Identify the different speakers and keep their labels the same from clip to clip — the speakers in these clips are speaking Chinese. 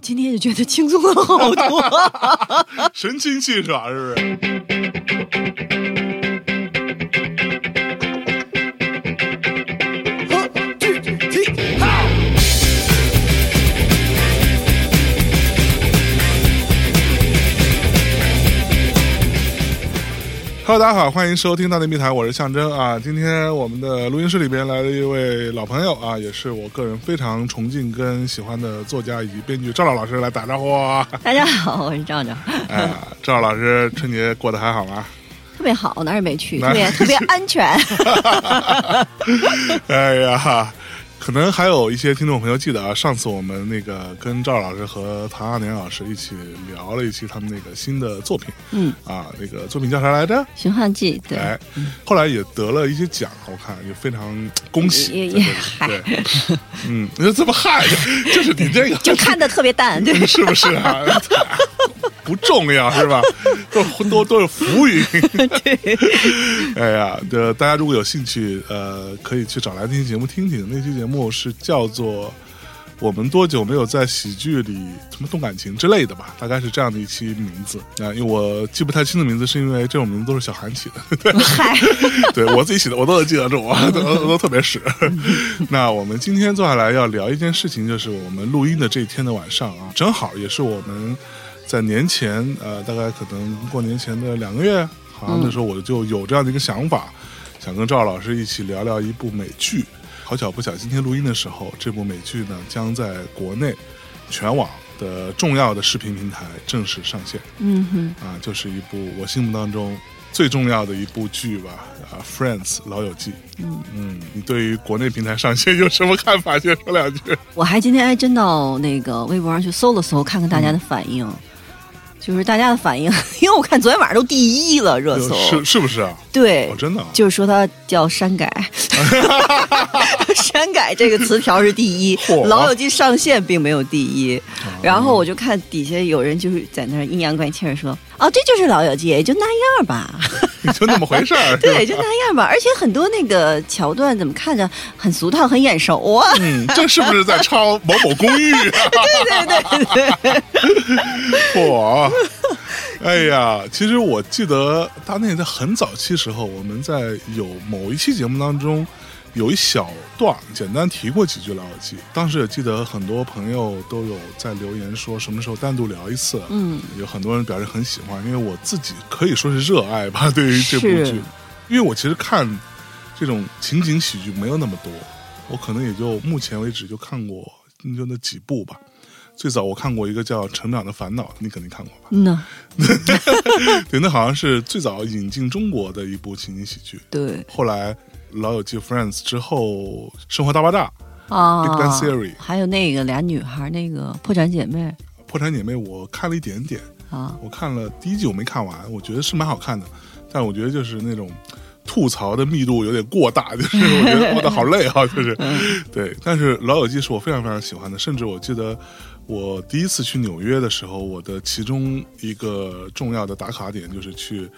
Speaker 1: 今天也觉得轻松了好多。
Speaker 2: 神清气爽是不是？Hello，大家好，欢迎收听《大内密谈》，我是象征啊。今天我们的录音室里边来了一位老朋友啊，也是我个人非常崇敬跟喜欢的作家以及编剧赵老老师来打招呼啊。
Speaker 1: 大家好，我是赵赵，
Speaker 2: 哎，赵老师，春节过得还好吗？
Speaker 1: 特别好，哪儿也没去，
Speaker 2: 哪
Speaker 1: 特
Speaker 2: 儿
Speaker 1: 别特别安 全。
Speaker 2: 哎呀，可能还有一些听众朋友记得啊，上次我们那个跟赵老师和唐亚年老师一起聊了一期他们那个新的作品
Speaker 1: 嗯，
Speaker 2: 啊，那个作品叫啥来着？
Speaker 1: 《寻汉记》对，嗯
Speaker 2: 哎，后来也得了一些奖，我看也非常恭喜。
Speaker 1: 也
Speaker 2: 在这里
Speaker 1: 也嗨
Speaker 2: 对，嗯，你说这么嗨，就是你这个。
Speaker 1: 就看的特别淡， 对
Speaker 2: 是不是啊？不重要是吧？都是都都是浮云。 哎呀，这大家如果有兴趣，呃，可以去找来那期节目听听。那期节目是叫做。我们多久没有在喜剧里什么动感情之类的吧？大概是这样的一期名字啊、因为我记不太清的名字，是因为这种名字都是小韩起的，
Speaker 1: 嗨，
Speaker 2: 对我自己写的，我都能记得住，我都我都特别屎。 那我们今天坐下来要聊一件事情，就是我们录音的这一天的晚上啊，正好也是我们在年前，呃，大概可能过年前的两个月，好像那时候我就有这样的一个想法，想跟赵老师一起聊聊一部美剧。好巧不巧，今天录音的时候，这部美剧呢将在国内全网的重要的视频平台正式上线。
Speaker 1: 嗯哼，
Speaker 2: 啊，就是一部我心目当中最重要的一部剧吧，啊，《Friends》老友记。嗯你对于国内平台上线有什么看法？先说两句。
Speaker 1: 我还今天还真到那个微博上去搜了搜，看看大家的反应。就是大家的反应， 因为我看昨天晚上都第一了热搜，
Speaker 2: 是是不是啊？
Speaker 1: 对
Speaker 2: 哦，，真的啊。
Speaker 1: 就是说它叫删改，删改这个词条是第一，
Speaker 2: 嚯
Speaker 1: 《老友记》上线并没有第一。
Speaker 2: 哦
Speaker 1: 然后我就看底下有人就是在那儿阴阳怪气儿说：“哦，这就是《老友记》，也就那样 吧，
Speaker 2: 你就那么回事儿。
Speaker 1: 对，
Speaker 2: 是
Speaker 1: 就
Speaker 2: 吧
Speaker 1: 那样吧。”而且很多那个桥段怎么看着很俗套，很眼熟啊。
Speaker 2: 嗯，这是不是在抄某某公寓啊？
Speaker 1: 对对对对，
Speaker 2: 嚯！哎呀，其实我记得大内在很早期时候，我们在有某一期节目当中有一小段儿简单提过几句老友记。当时也记得很多朋友都有在留言说什么时候单独聊一次。啊
Speaker 1: 嗯，
Speaker 2: 有很多人表示很喜欢，因为我自己可以说是热爱吧，对于这部剧
Speaker 1: 是，
Speaker 2: 因为我其实看这种情景喜剧没有那么多，我可能也就目前为止就看过就那几部吧。最早我看过一个叫《成长的烦恼》，你肯定看过 吧？
Speaker 1: 嗯呐，
Speaker 2: 对，那好像是最早引进中国的一部情景喜剧。
Speaker 1: 对
Speaker 2: 后来《老友记》Friends 之后，《生活大爆炸》
Speaker 1: 啊
Speaker 2: Big Bang Theory
Speaker 1: 还有那个俩女孩儿那个破产姐妹
Speaker 2: 《破产姐妹》，我看了一点点，
Speaker 1: 啊，
Speaker 2: 我看了第一季我没看完，我觉得是蛮好看的，但我觉得就是那种吐槽的密度有点过大，就是 我觉得我的好累啊，就是
Speaker 1: 嗯
Speaker 2: 对。但是《老友记》是我非常非常喜欢的，甚至我记得我第一次去纽约的时候，我的其中一个重要的打卡点就是去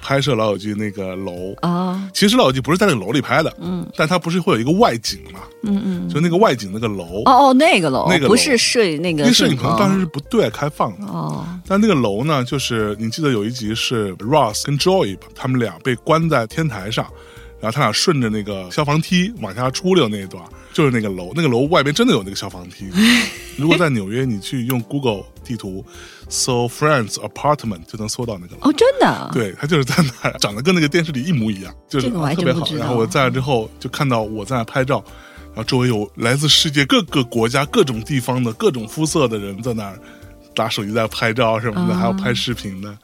Speaker 2: 拍摄《老友记》那个楼
Speaker 1: 啊，
Speaker 2: 其实《老友记》不是在那个楼里拍的，嗯，但它不是会有一个外景嘛，
Speaker 1: 嗯嗯。
Speaker 2: 就那个外景那个楼，
Speaker 1: 哦哦，那个楼
Speaker 2: 那个楼
Speaker 1: 不是哦摄影那
Speaker 2: 因
Speaker 1: 个
Speaker 2: 为摄影棚当时是不对外开放的。
Speaker 1: 哦，
Speaker 2: 但那个楼呢，就是你记得有一集是 Ross 跟 Joy 吧，他们俩被关在天台上，然后他俩顺着那个消防梯往下出溜那一段，就是那个楼，那个楼外边真的有那个消防梯。如果在纽约，你去用 Google 地图搜 Friends Apartment 就能搜到那个楼。
Speaker 1: 哦，真的，
Speaker 2: 对，它就是在那儿，长得跟那个电视里一 模一样，就是
Speaker 1: 这个我还
Speaker 2: 特
Speaker 1: 真
Speaker 2: 别
Speaker 1: 不
Speaker 2: 好。
Speaker 1: 知道
Speaker 2: 然后我在那之后就看到我在那拍照，然后周围有来自世界各个国家、各种地方的各种肤色的人在那儿拿手机在拍照什么的，
Speaker 1: 啊
Speaker 2: 还有拍视频的。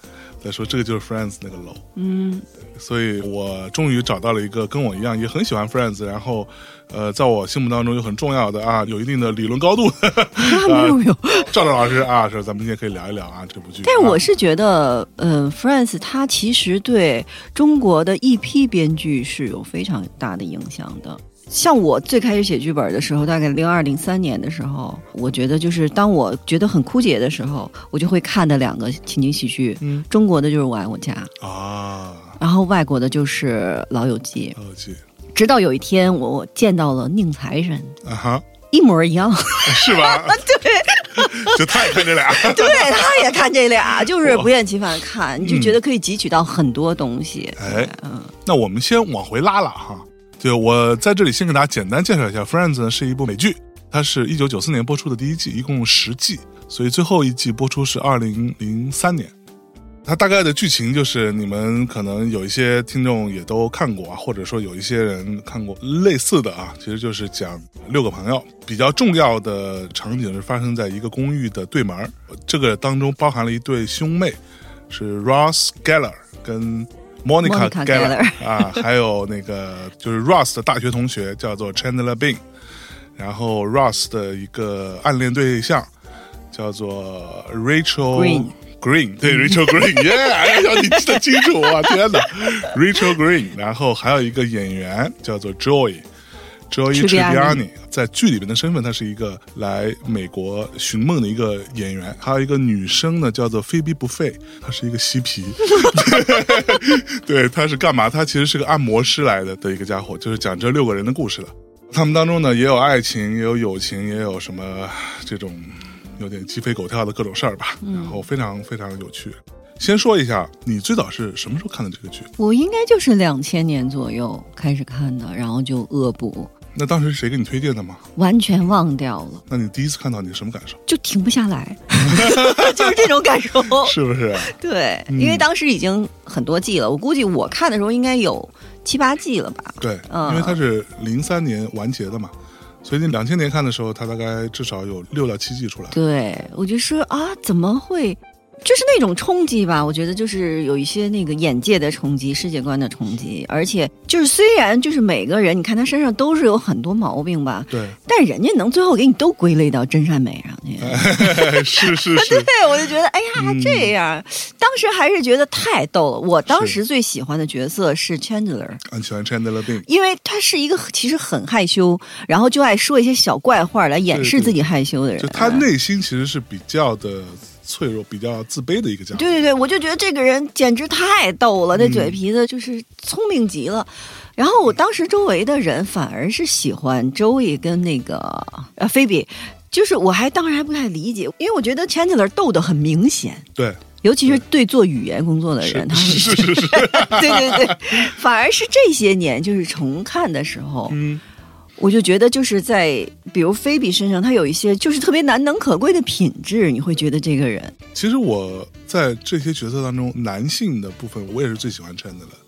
Speaker 2: 再说这个就是 Friends 那个楼，
Speaker 1: 嗯，
Speaker 2: 所以我终于找到了一个跟我一样也很喜欢 Friends，然后呃，在我心目当中又很重要的啊，有一定的理论高度的
Speaker 1: 没有没有，
Speaker 2: 赵亮老师啊，说咱们今天可以聊一聊啊这部剧。
Speaker 1: 但是我
Speaker 2: 啊
Speaker 1: 是觉得，嗯、f r i e n d s 它其实对中国的一批编剧是有非常大的影响的。像我最开始写剧本的时候，大概零二零三年的时候，我觉得就是当我觉得很枯竭的时候，我就会看的两个情景喜剧，
Speaker 2: 嗯
Speaker 1: 中国的就是《我爱我家》，
Speaker 2: 啊，
Speaker 1: 然后外国的就是《老友记
Speaker 2: 老友记》。
Speaker 1: 直到有一天，我见到了宁财神，
Speaker 2: 啊哈，
Speaker 1: 一模一样。
Speaker 2: 是吧？ 就他也看这俩，
Speaker 1: 对，他也看这俩，就是不厌其烦看，你就觉得可以汲取到很多东西。嗯
Speaker 2: 哎， 那我们先往回拉拉哈。就我在这里先给大家简单介绍一下，《Friends 呢》是一部美剧，它是一九九四年播出的第一季，一共十季，所以最后一季播出是二零零三年。它大概的剧情就是，你们可能有一些听众也都看过啊，或者说有一些人看过类似的啊，其实就是讲六个朋友。比较重要的场景是发生在一个公寓的对门儿，这个当中包含了一对兄妹，是 Ross Geller 跟 Monica
Speaker 1: Monica
Speaker 2: Geller 啊，还有那个就是 Ross 的大学同学叫做 Chandler Bing，然后 Ross 的一个暗恋对象叫做 Rachel
Speaker 1: Green
Speaker 2: Green，对 Rachel Green，耶！哎呀，你记得清楚啊！天哪，Rachel Green，然后还有一个演员叫做 Joy，Joy
Speaker 1: Tribbiani
Speaker 2: Tribbiani，在剧里面的身份，她是一个来美国寻梦的一个演员，还有一个女生呢，叫做菲比不费，她是一个嬉皮， 对，她是干嘛？她其实是个按摩师来的的一个家伙，就是讲这六个人的故事了。他们当中呢，也有爱情，也有友情，也有什么这种有点鸡飞狗跳的各种事儿吧，然后非常非常有趣。先说一下，你最早是什么时候看的这个剧？
Speaker 1: 我应该就是两千年左右开始看的，然后就恶补，
Speaker 2: 那当时是谁给你推荐的吗？
Speaker 1: 完全忘掉了，
Speaker 2: 那你第一次看到，你什么感受？
Speaker 1: 就停不下 来，就是这种感受。
Speaker 2: 是不是？
Speaker 1: 对，
Speaker 2: 嗯
Speaker 1: 因为当时已经很多季了，我估计我看的时候应该有七八季了吧。
Speaker 2: 对，
Speaker 1: 嗯
Speaker 2: 因为它是零三年完结的嘛，所以你两千年看的时候，它大概至少有六到七季出来。
Speaker 1: 对，我就说啊，怎么会？就是那种冲击吧，我觉得就是有一些那个眼界的冲击、世界观的冲击，而且就是虽然就是每个人，你看他身上都是有很多毛病吧，
Speaker 2: 对，
Speaker 1: 但人家能最后给你都归类到真善美上去。
Speaker 2: 是是 是，
Speaker 1: 对，我就觉得，哎呀
Speaker 2: 嗯，
Speaker 1: 这样，当时还是觉得太逗了。我当
Speaker 2: 是
Speaker 1: 时最喜欢的角色是 Chandler，
Speaker 2: 很喜欢 Chandler Bing。
Speaker 1: 因为他是一个其实很害羞，然后就爱说一些小怪话来掩
Speaker 2: 对
Speaker 1: 饰
Speaker 2: 对
Speaker 1: 自己害羞的人。
Speaker 2: 就他内心其实是比较的脆弱、比较自卑的一个家伙。
Speaker 1: 对对对，我就觉得这个人简直太逗了，那
Speaker 2: 嗯
Speaker 1: 嘴皮子就是聪明极了。然后我当时周围的人反而是喜欢周易跟那个呃菲比，就是我还当时还不太理解，因为我觉得 Chandler 逗得很明显。
Speaker 2: 对
Speaker 1: 尤其是对做语言工作的人，他
Speaker 2: 是是
Speaker 1: 们
Speaker 2: 是是，
Speaker 1: 对对对，反而是这些年就是重看的时候，
Speaker 2: 嗯，
Speaker 1: 我就觉得就是在比如菲比身上，他有一些就是特别难能可贵的品质，你会觉得这个人
Speaker 2: 其实我在这些角色当中，男性的部分我也是最喜欢 Chandler 的。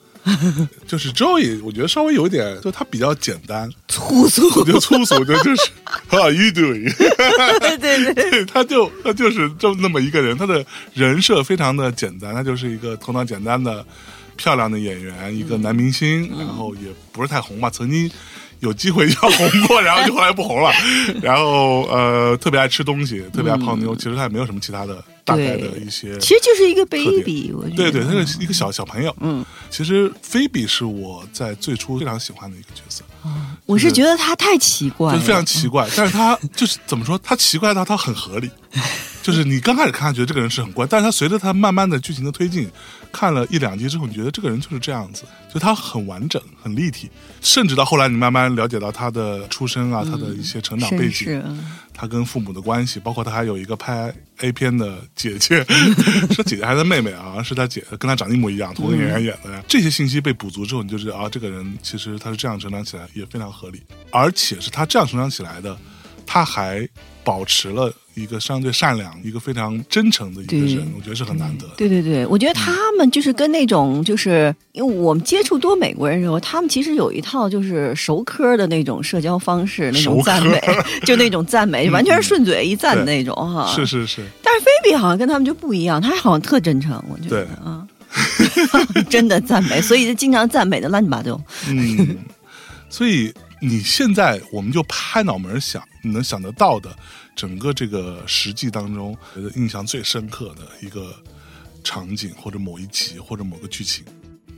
Speaker 2: 就是 Joey，我觉得稍微有一点，就他比较简单，
Speaker 1: 粗俗，
Speaker 2: 我觉得粗俗，就就是 How are you doing？
Speaker 1: 对对对，
Speaker 2: 对，他就他就是这么那么一个人，他的人设非常的简单，他就是一个头脑简单的、漂亮的演员，一
Speaker 1: 嗯
Speaker 2: 个男明星，然后也不是太红吧，曾经有机会要红 过，然后就后来不红了，然后呃，特别爱吃东西，特别爱泡妞，其实他也没有什么其他的大概的一些。
Speaker 1: 嗯其实就是一个 baby，我觉
Speaker 2: 对
Speaker 1: 得
Speaker 2: 对，他是一个小小朋友。嗯，其实菲比是我在最初非常喜欢的一个角色，
Speaker 1: 我是觉得他太奇怪
Speaker 2: 就
Speaker 1: 了，嗯
Speaker 2: 是非常奇怪。但是他就是怎么说，他奇怪到他很合 理。就是你刚开始看，他觉得这个人是很怪，但是他随着他慢慢的剧情的推进，看了一两集之后，你觉得这个人就是这样子，就他很完整、很立体，甚至到后来你慢慢了解到他的出身
Speaker 1: 嗯
Speaker 2: 啊，他的一些成长背
Speaker 1: 绅
Speaker 2: 景，
Speaker 1: 士，
Speaker 2: 他跟父母的关系，包括他还有一个拍 A 片的姐姐，是姐姐还是妹妹啊？是他姐，跟他长得一模一样，同一个演员演的。这些信息被补足之后，你就知道啊，这个人其实他是这样成长起来，也非常合理，而且是他这样成长起来的，他还保持了一个相对善良、一个非常真诚的一个
Speaker 1: 对
Speaker 2: 人，我觉得是很难得的。
Speaker 1: 对对对，我觉得他们就是跟那种，就是因为我们接触多美国人的时候，他们其实有一套就是熟科的那种社交方式，那种
Speaker 2: 熟
Speaker 1: 赞
Speaker 2: 科嗯
Speaker 1: 美， 就那种赞美，完全是顺嘴一赞的
Speaker 2: 对
Speaker 1: 那种哈。
Speaker 2: 是是是，
Speaker 1: 但是菲比好像跟他们就不一样，她好像特真诚，我觉得
Speaker 2: 对
Speaker 1: 啊，真的赞美，所以就经常赞美的乱七八糟。
Speaker 2: 嗯，所以你现在我们就拍脑门儿想，你能想得到的整个这个实际当中，觉得印象最深刻的一个场景，或者某一集，或者某个剧情。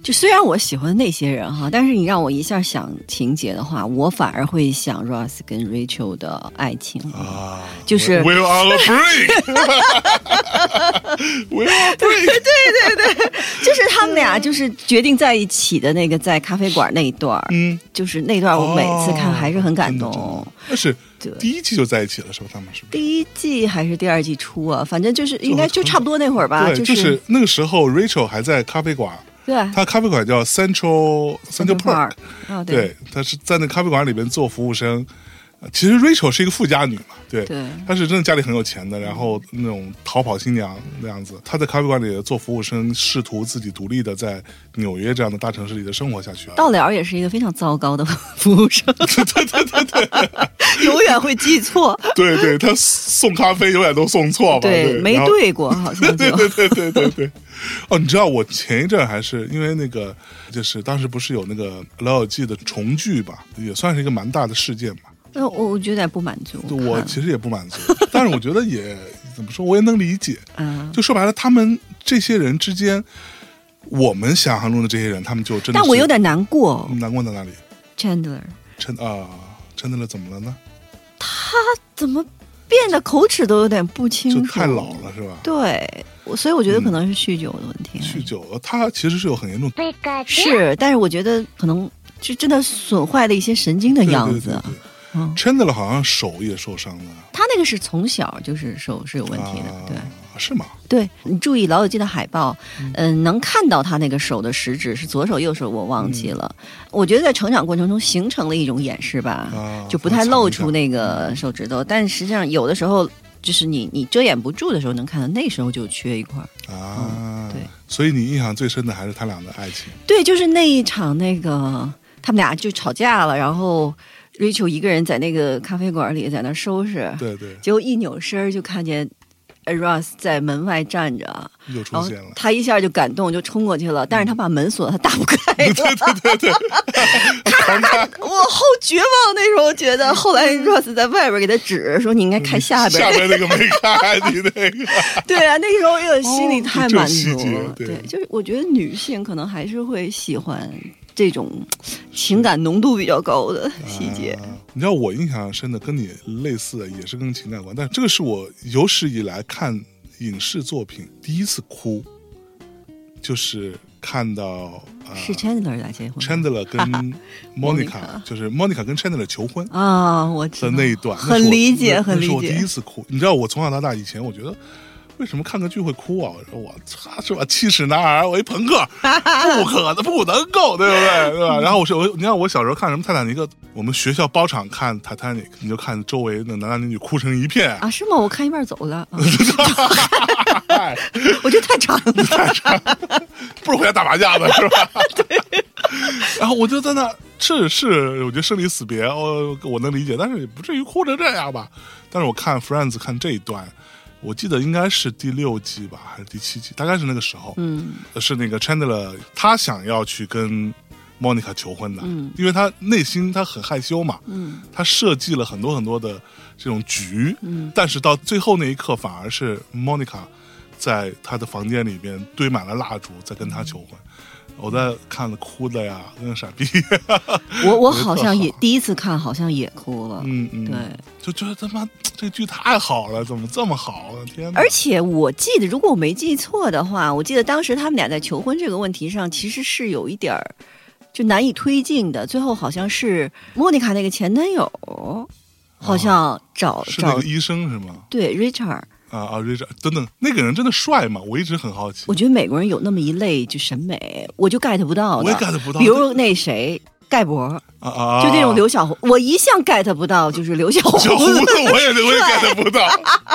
Speaker 1: 就虽然我喜欢那些人哈，但是你让我一下想情节的话，我反而会想 Ross 跟 Rachel 的爱情。
Speaker 2: 啊，
Speaker 1: 就是
Speaker 2: We are a break，We are a break，
Speaker 1: 就是他们俩就是决定在一起的那个在咖啡馆那一段儿，
Speaker 2: 嗯，哦
Speaker 1: 就是那段儿我每次看还是很感动。
Speaker 2: 但是
Speaker 1: 对
Speaker 2: 第一季就在一起了，是吧？他们是不是？
Speaker 1: 第一季还是第二季初啊，反正就是应该就差不多那会儿吧，
Speaker 2: 哦对，
Speaker 1: 是、
Speaker 2: 是那个时候，Rachel 还在咖啡馆，
Speaker 1: 对
Speaker 2: 他咖啡馆叫 Central Central Park，
Speaker 1: 啊，对
Speaker 2: 对，他是在那咖啡馆里面做服务生。呃其实 Rachel 是一个富家女嘛，对，
Speaker 1: 对
Speaker 2: 她是真的家里很有钱的，然后那种逃跑新娘那样子。她在咖啡馆里做服务生，试图自己独立的在纽约这样的大城市里的生活下去。啊
Speaker 1: 到了儿也是一个非常糟糕的服务生，
Speaker 2: 对对对对 对
Speaker 1: 永远会记错，
Speaker 2: 对对，她送咖啡永远都送错嘛，对，
Speaker 1: 没
Speaker 2: 然后
Speaker 1: 对过，好像就
Speaker 2: 对对对对对。哦，你知道我前一阵儿还是因为那个，就是当时不是有那个《老友记》的重聚吧，也算是一个蛮大的事件吧。
Speaker 1: 那呃我我觉得有点不满足，啊
Speaker 2: 就我
Speaker 1: 看
Speaker 2: 其实也不满足， 但是我觉得也怎么说，我也能理解。
Speaker 1: 嗯。
Speaker 2: 就说白了，他们这些人之间，我们想象中的这些人，他们就真的。
Speaker 1: 但我有点难过
Speaker 2: 难过在哪里？
Speaker 1: ，Chandler
Speaker 2: 陈啊，陈德勒怎么了呢？
Speaker 1: 怎么变得口齿都有点不清
Speaker 2: 就
Speaker 1: 楚，
Speaker 2: 太老。了是吧？
Speaker 1: 对，我所以我觉得可能是酗酒的问题。
Speaker 2: 酗酒了，他其实是有很严重的
Speaker 1: 是，但是我觉得可能就真的损坏了一些神经的样子。
Speaker 2: 对对对对
Speaker 1: 嗯，
Speaker 2: 陈德勒好像手也受伤了，
Speaker 1: 他那个是从小就是手是有问题的，
Speaker 2: 啊
Speaker 1: 对。
Speaker 2: 是吗？
Speaker 1: 对你注意《老友记》的海报，嗯、能看到他那个手的食指是左手右手，我
Speaker 2: 嗯
Speaker 1: 忘记了。我觉得在成长过程中形成了一种掩饰吧，
Speaker 2: 啊
Speaker 1: 嗯就不太露出
Speaker 2: 那
Speaker 1: 那个手指头。但实际上，有的时候就是你你遮掩不住的时候能看到，那时候就缺一块儿。
Speaker 2: 啊、
Speaker 1: 嗯对，
Speaker 2: 所以你印象最深的还是他俩的爱情。
Speaker 1: 对，就是那一场那个他们俩就吵架了，然后 Rachel 一个人在那个咖啡馆里在那儿收拾，
Speaker 2: 对对，
Speaker 1: 结果一扭身儿就看见 Ross 在门外站着，
Speaker 2: 又
Speaker 1: 然
Speaker 2: 出
Speaker 1: 后
Speaker 2: 现了。
Speaker 1: 他一下就感动，就冲过去了，但是他把门锁了，他打不开。 对对对对 对，我好绝望。那时候我觉得，后来 Ross 在外边给他指说：“你应该开嗯下边。
Speaker 2: 下边那个没开，你那个
Speaker 1: 对啊，那时候
Speaker 2: 哦
Speaker 1: 又心里太满足
Speaker 2: 哦这
Speaker 1: 了。
Speaker 2: 细节对
Speaker 1: 就是我觉得女性可能还是会喜欢这种情感浓度比较高的 细节。嗯
Speaker 2: 啊你知道我印象深的跟你类似的，也是跟情感有关，但这个是我有史以来看影视作品第一次哭，就是看到啊、
Speaker 1: 是 Chandler 俩结婚
Speaker 2: Chandler 跟 Monica，
Speaker 1: Monica
Speaker 2: 就是 Monica 跟 Chandler 求婚。
Speaker 1: 啊，我知
Speaker 2: 的
Speaker 1: 道
Speaker 2: 那一段，那是
Speaker 1: 很
Speaker 2: 我
Speaker 1: 理解，
Speaker 2: 那
Speaker 1: 很理
Speaker 2: 那是我第
Speaker 1: 解
Speaker 2: 一。次哭，你知道我从小到大以前，我觉得为什么看个剧会哭啊？我说我擦，是吧？七尺男儿，我一朋 克，不可能，不能够，对不对？对吧？然后我说，我你看我小时候看什么《泰坦尼克》，我们学校包场看《泰坦尼克》，你就看周围那男男女女哭成一片。
Speaker 1: 啊，是吗？我看一半走了，啊我觉得太 长了。
Speaker 2: 不如回家打麻将的 是吧？ 然后我就在那，是是，我觉得生离死别，哦，我能理解，但是也不至于哭成这样吧。但是我看《Friends》看这一段，我记得应该是第六季吧，还是第七季，大概是那个时候，呃
Speaker 1: 嗯，
Speaker 2: 是那个 Chandler 他想要去跟 Monica 求婚的，
Speaker 1: 嗯
Speaker 2: 因为他内心他很害羞嘛，
Speaker 1: 嗯，
Speaker 2: 他设计了很多很多的这种局，
Speaker 1: 嗯，
Speaker 2: 但是到最后那一刻，反而是 Monica 在他的房间里边堆满了蜡烛，在跟他求婚。
Speaker 1: 嗯
Speaker 2: 我在看的哭的呀，跟个傻 逼，
Speaker 1: 我我
Speaker 2: 觉得
Speaker 1: 好
Speaker 2: 特
Speaker 1: 像也
Speaker 2: 好
Speaker 1: 第一次看，好像也哭了。
Speaker 2: 嗯嗯，
Speaker 1: 对，，
Speaker 2: 就觉得他妈这剧太好了，怎么这么好？我的天哪！
Speaker 1: 而且我记得，如果我没记错的话，我记得当时他们俩在求婚这个问题上，其实是有一点儿就难以推进的。最后好像是莫妮卡那个前男友，好像找、
Speaker 2: 啊是那
Speaker 1: 找
Speaker 2: 个医生是吗？
Speaker 1: 对 Richard，
Speaker 2: 啊啊，Richard，等等，那个人真的帅吗？我一直很好奇
Speaker 1: 我。觉得美国人有那么一类就审美，我就 get 不到的，
Speaker 2: 我也 get 不到
Speaker 1: 比如那谁盖博。
Speaker 2: 啊啊！
Speaker 1: 就这种刘小红，我一向 get 不到，就是刘小 红。
Speaker 2: 小胡子，我也我也 get 不到，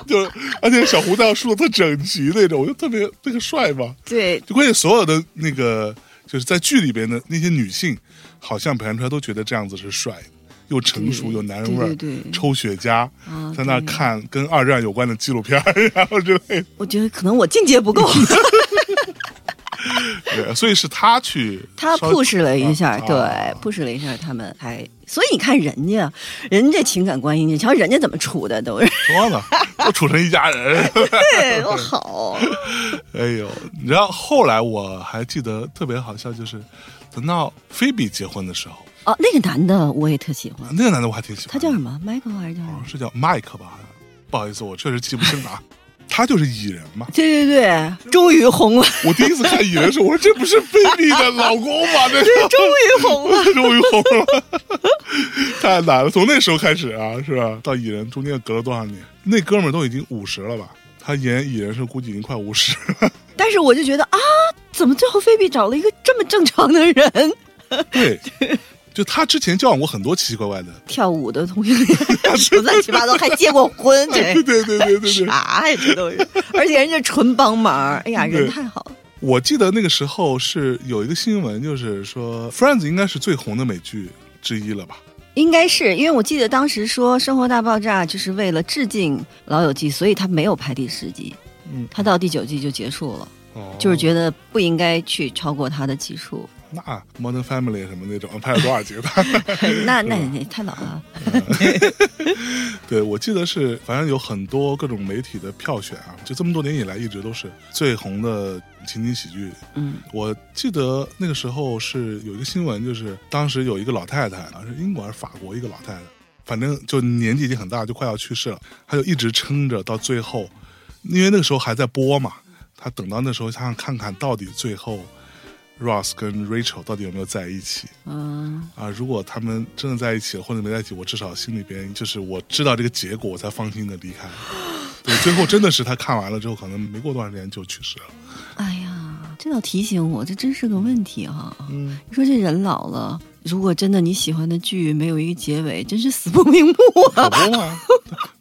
Speaker 2: 就而且小胡子要梳的特整齐那种，我就特别那个帅嘛。
Speaker 1: 对，
Speaker 2: 就关键所有的那个就是在剧里边的那些女性，好像表现出来都觉得这样子是帅的，又成熟
Speaker 1: 对
Speaker 2: 有男人味儿，
Speaker 1: 对对对
Speaker 2: 抽雪茄，
Speaker 1: 啊
Speaker 2: 在那
Speaker 1: 对
Speaker 2: 看跟二战有关的纪录片儿， 然后之类的
Speaker 1: 我觉得可能我境界 不够，
Speaker 2: 对，所以是他去
Speaker 1: 他
Speaker 2: 稍微
Speaker 1: push 了一下，
Speaker 2: 啊
Speaker 1: 对
Speaker 2: 啊
Speaker 1: ，push 了一下，他们还。所以你看人家，人家情感观音，你瞧人家怎么处的，都是
Speaker 2: 说呢，都处成一家人。
Speaker 1: 对我好。
Speaker 2: 哎呦，你知道后来我还记得特别好笑，就是等到菲比结婚的时候，
Speaker 1: 哦，那个男的我也特喜欢，
Speaker 2: 那个男的我还挺喜欢的，
Speaker 1: 他叫什么？Michael 还是叫什
Speaker 2: 好
Speaker 1: 么
Speaker 2: 像？是叫 Mike 吧？好像不好意思，我确实记不清了啊。他就是蚁人嘛。
Speaker 1: 对对对，终于红了，
Speaker 2: 我第一次看蚁人的时候，我说这不是菲比的老公吗？这
Speaker 1: 对，终于红了。
Speaker 2: 个终于红了，太难了。从那时候开始啊，是吧？到蚁人中间隔了多少年？那哥们儿都已经五十了吧？他演蚁人是估计已经快五十了。
Speaker 1: 但是我就觉得啊，怎么最后菲比找了一个这么正常的人？
Speaker 2: 对，就他之前交往过很多奇奇怪怪的，
Speaker 1: 跳舞的 同学什么乱七八糟，还结过婚，这
Speaker 2: 对对对对对对。
Speaker 1: 啥呀？这都是，而且人家纯帮忙，哎呀，人
Speaker 2: 对
Speaker 1: 太好了。
Speaker 2: 我记得那个时候是有一个新闻，就是说《Friends》应该是最红的美剧之一了吧？
Speaker 1: 应该是因为我记得当时说《生活大爆炸》就是为了致敬《老友记》，所以他没有拍第十集，
Speaker 2: 嗯，
Speaker 1: 他到第九季就结束了，
Speaker 2: 哦
Speaker 1: 就是觉得不应该去超过他的集数。
Speaker 2: 那《Modern Family》什么那种拍了多少集的？
Speaker 1: 那那那太老了，
Speaker 2: 对，我记得是，反正有很多各种媒体的票选啊，就这么多年以来一直都是最红的情景喜剧。
Speaker 1: 嗯，
Speaker 2: 我记得那个时候是有一个新闻，就是当时有一个老太太，好像是英国还是法国一个老太太，反正就年纪已经很大，就快要去世了，她就一直撑着到最后，因为那个时候还在播嘛，她等到那时候她想看看到底最后 Ross 跟 Rachel 到底有没有在一起。
Speaker 1: 嗯，
Speaker 2: 啊，如果他们真的在一起了，或者没在一起，我至少心里边就是我知道这个结果，我才放心的离开。对，最后真的是他看完了之后，可能没过多长时间就去世了。
Speaker 1: 哎呀，这倒提醒我，这真是个问题哈、
Speaker 2: 嗯，
Speaker 1: 你说这人老了，如果真的你喜欢的剧没有一个结尾，真是死不瞑目啊！
Speaker 2: 可不嘛，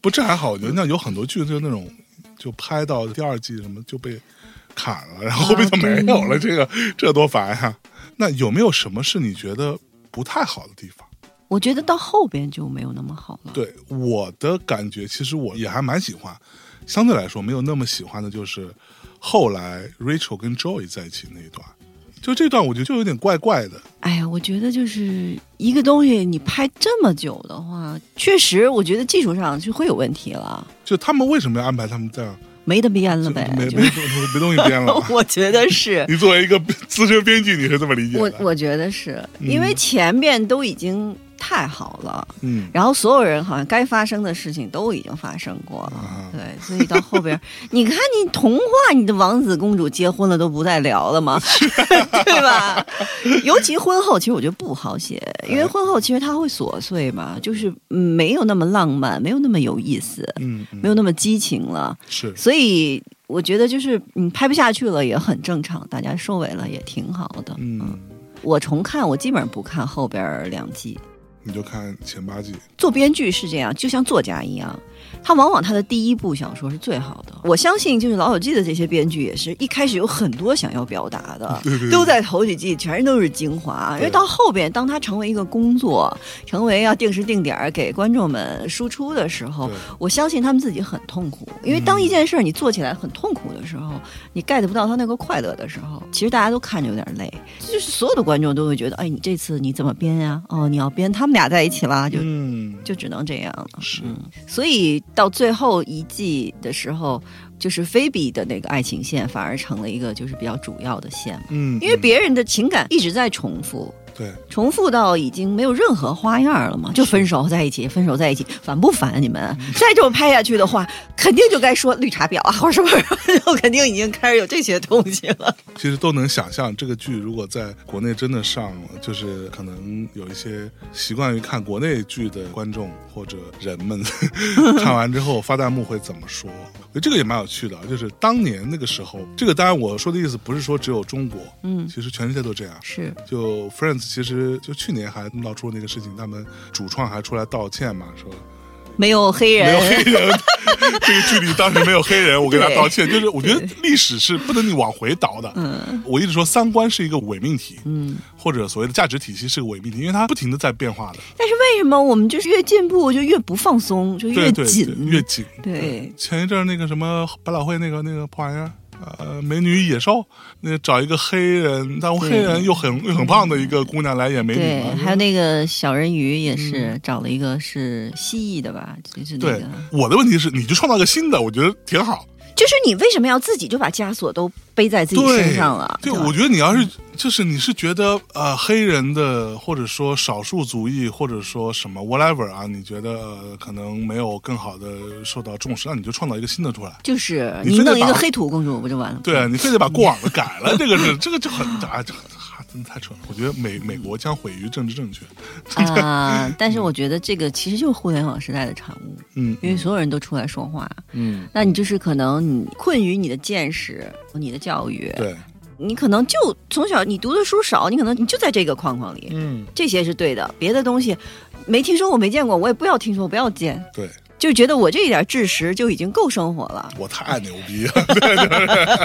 Speaker 2: 不这还好，我觉得那有很多剧就是那种就拍到第二季什么就被砍了，然后后面就没有了，这个这多烦呀、那有没有什么是你觉得不太好的地方？
Speaker 1: 我觉得到后边就没有那么好了。
Speaker 2: 对我的感觉，其实我也还蛮喜欢，相对来说没有那么喜欢的就是后来 Rachel 跟 Joey 在一起那一段，就这段我觉得就有点怪怪的。
Speaker 1: 哎呀，我觉得就是一个东西，你拍这么久的话，确实我觉得技术上就会有问题了，
Speaker 2: 就他们为什么要安排他们这样？
Speaker 1: 没得编了
Speaker 2: 就
Speaker 1: 呗。
Speaker 2: 没没
Speaker 1: 就
Speaker 2: 没
Speaker 1: 是。
Speaker 2: 没东西编了
Speaker 1: 我觉得是，
Speaker 2: 你作为一个资深编剧，你是这么 理解
Speaker 1: 我
Speaker 2: 的？
Speaker 1: 我觉得是
Speaker 2: 嗯
Speaker 1: 因为前面都已经太好了，
Speaker 2: 嗯，
Speaker 1: 然后所有人好像该发生的事情都已经发生过了，
Speaker 2: 啊
Speaker 1: 对，所以到后边 儿，你看你童话，你的王子公主结婚了都不再聊了 嘛，对吧？尤其婚后，其实我觉得不好写，因为婚后其实它会琐碎嘛，就是嗯没有那么浪漫，没有那么有意思，
Speaker 2: 嗯，嗯
Speaker 1: 没有那么激情了，
Speaker 2: 是
Speaker 1: 所以我觉得就是嗯拍不下去了也很正常，大家收尾了也挺好的。
Speaker 2: 嗯，
Speaker 1: 我重看我基本上不看后边儿两季，
Speaker 2: 你就看前八季，
Speaker 1: 做编剧是这样，就像作家一样，他往往他的第一部小说是最好的。我相信，就是《老友记》的这些编剧也是一开始有很多想要表达的，
Speaker 2: 对对对
Speaker 1: 呃都在头几季全都是精华。因为到后边，当他成为一个工作，成为要定时定点儿给观众们输出的时候
Speaker 2: 对，
Speaker 1: 我相信他们自己很痛苦。因为当一件事儿你做起来很痛苦的时候，你 get 不到他那个快乐的时候，其实大家都看着有点累。就是所有的观众都会觉得，哎，你这次你怎么编呀、哦，你要编他们俩在一起啦，就
Speaker 2: 嗯，
Speaker 1: 就只能这样了。
Speaker 2: 是
Speaker 1: 嗯，所以到最后一季的时候，就是菲比的那个爱情线反而成了一个就是比较主要的线嘛，
Speaker 2: 嗯，
Speaker 1: 因为
Speaker 2: 嗯
Speaker 1: 别人的情感一直在重复。
Speaker 2: 对
Speaker 1: 重复到已经没有任何花样了嘛，就分手在一起，分手在一起，烦不烦你们？
Speaker 2: 嗯
Speaker 1: 再这么拍下去的话，肯定就该说绿茶婊啊，或者什么， 就肯定已经开始有这些东西了。
Speaker 2: 其实都能想象，这个剧如果在国内真的上，就是可能有一些习惯于看国内剧的观众或者人们， 看完之后发弹幕会怎么说？我觉得这个也蛮有趣的啊，就是当年那个时候，这个当然我说的意思不是说只有中国，
Speaker 1: 嗯
Speaker 2: 其实全世界都这样。
Speaker 1: 是，
Speaker 2: 就 Friends 其实就去年还闹出那个事情，他们主创还出来道歉嘛，说
Speaker 1: 没有黑人，
Speaker 2: 没有黑人，这个剧里当时没有黑人，我给他
Speaker 1: 对
Speaker 2: 道歉。就是我觉得历史是不能你往回倒的。我一直说三观是一个伪命题，
Speaker 1: 嗯，
Speaker 2: 或者所谓的价值体系是个伪命题，因为它不停的在变化的，
Speaker 1: 但是为什么我们就是越进步就越不放松，就越
Speaker 2: 对对
Speaker 1: 紧，
Speaker 2: 对越紧。
Speaker 1: 对
Speaker 2: 前一阵儿那个什么百老汇那个那个破玩意儿。呃，美女与野兽，那找一个黑人，但黑人又很又很胖的一个姑娘来演美女
Speaker 1: 对
Speaker 2: 嘛，，嗯
Speaker 1: 还有那个小人鱼也是、找了一个是蜥蜴的吧，就是那
Speaker 2: 对
Speaker 1: 个，
Speaker 2: 我的问题是，你就创造个新的，我觉得挺好。
Speaker 1: 就是你为什么要自己就把枷锁都背在自己身上了？
Speaker 2: 对，
Speaker 1: 吧
Speaker 2: 我觉得你要是就是你是觉得呃黑人的或者说少数族裔或者说什么 whatever 啊，你觉得、呃可能没有更好的受到重视，那你就创造一个新的出来。
Speaker 1: 就是
Speaker 2: 你
Speaker 1: 你
Speaker 2: 非得
Speaker 1: 弄一
Speaker 2: 把
Speaker 1: 个黑土公主不就完了吗？
Speaker 2: 对啊，你非得把过往的改了，这个是这个就很啊，这啊真的太蠢了。我觉得美美国将毁于政治正确。
Speaker 1: 啊、但是我觉得这个其实就是互联网时代的产物，
Speaker 2: 嗯
Speaker 1: 因为所有人都出来说话，
Speaker 2: 嗯，
Speaker 1: 那你就是可能你困于你的见识、你的教育，
Speaker 2: 对，
Speaker 1: 你可能就从小你读的书少，你可能你就在这个框框里，
Speaker 2: 嗯
Speaker 1: 这些是对的，别的东西没听说过、没见过，我也不要听说，我不要见，
Speaker 2: 对。
Speaker 1: 就觉得我这一点知识就已经够生活了。
Speaker 2: 我太牛逼了！ 对就是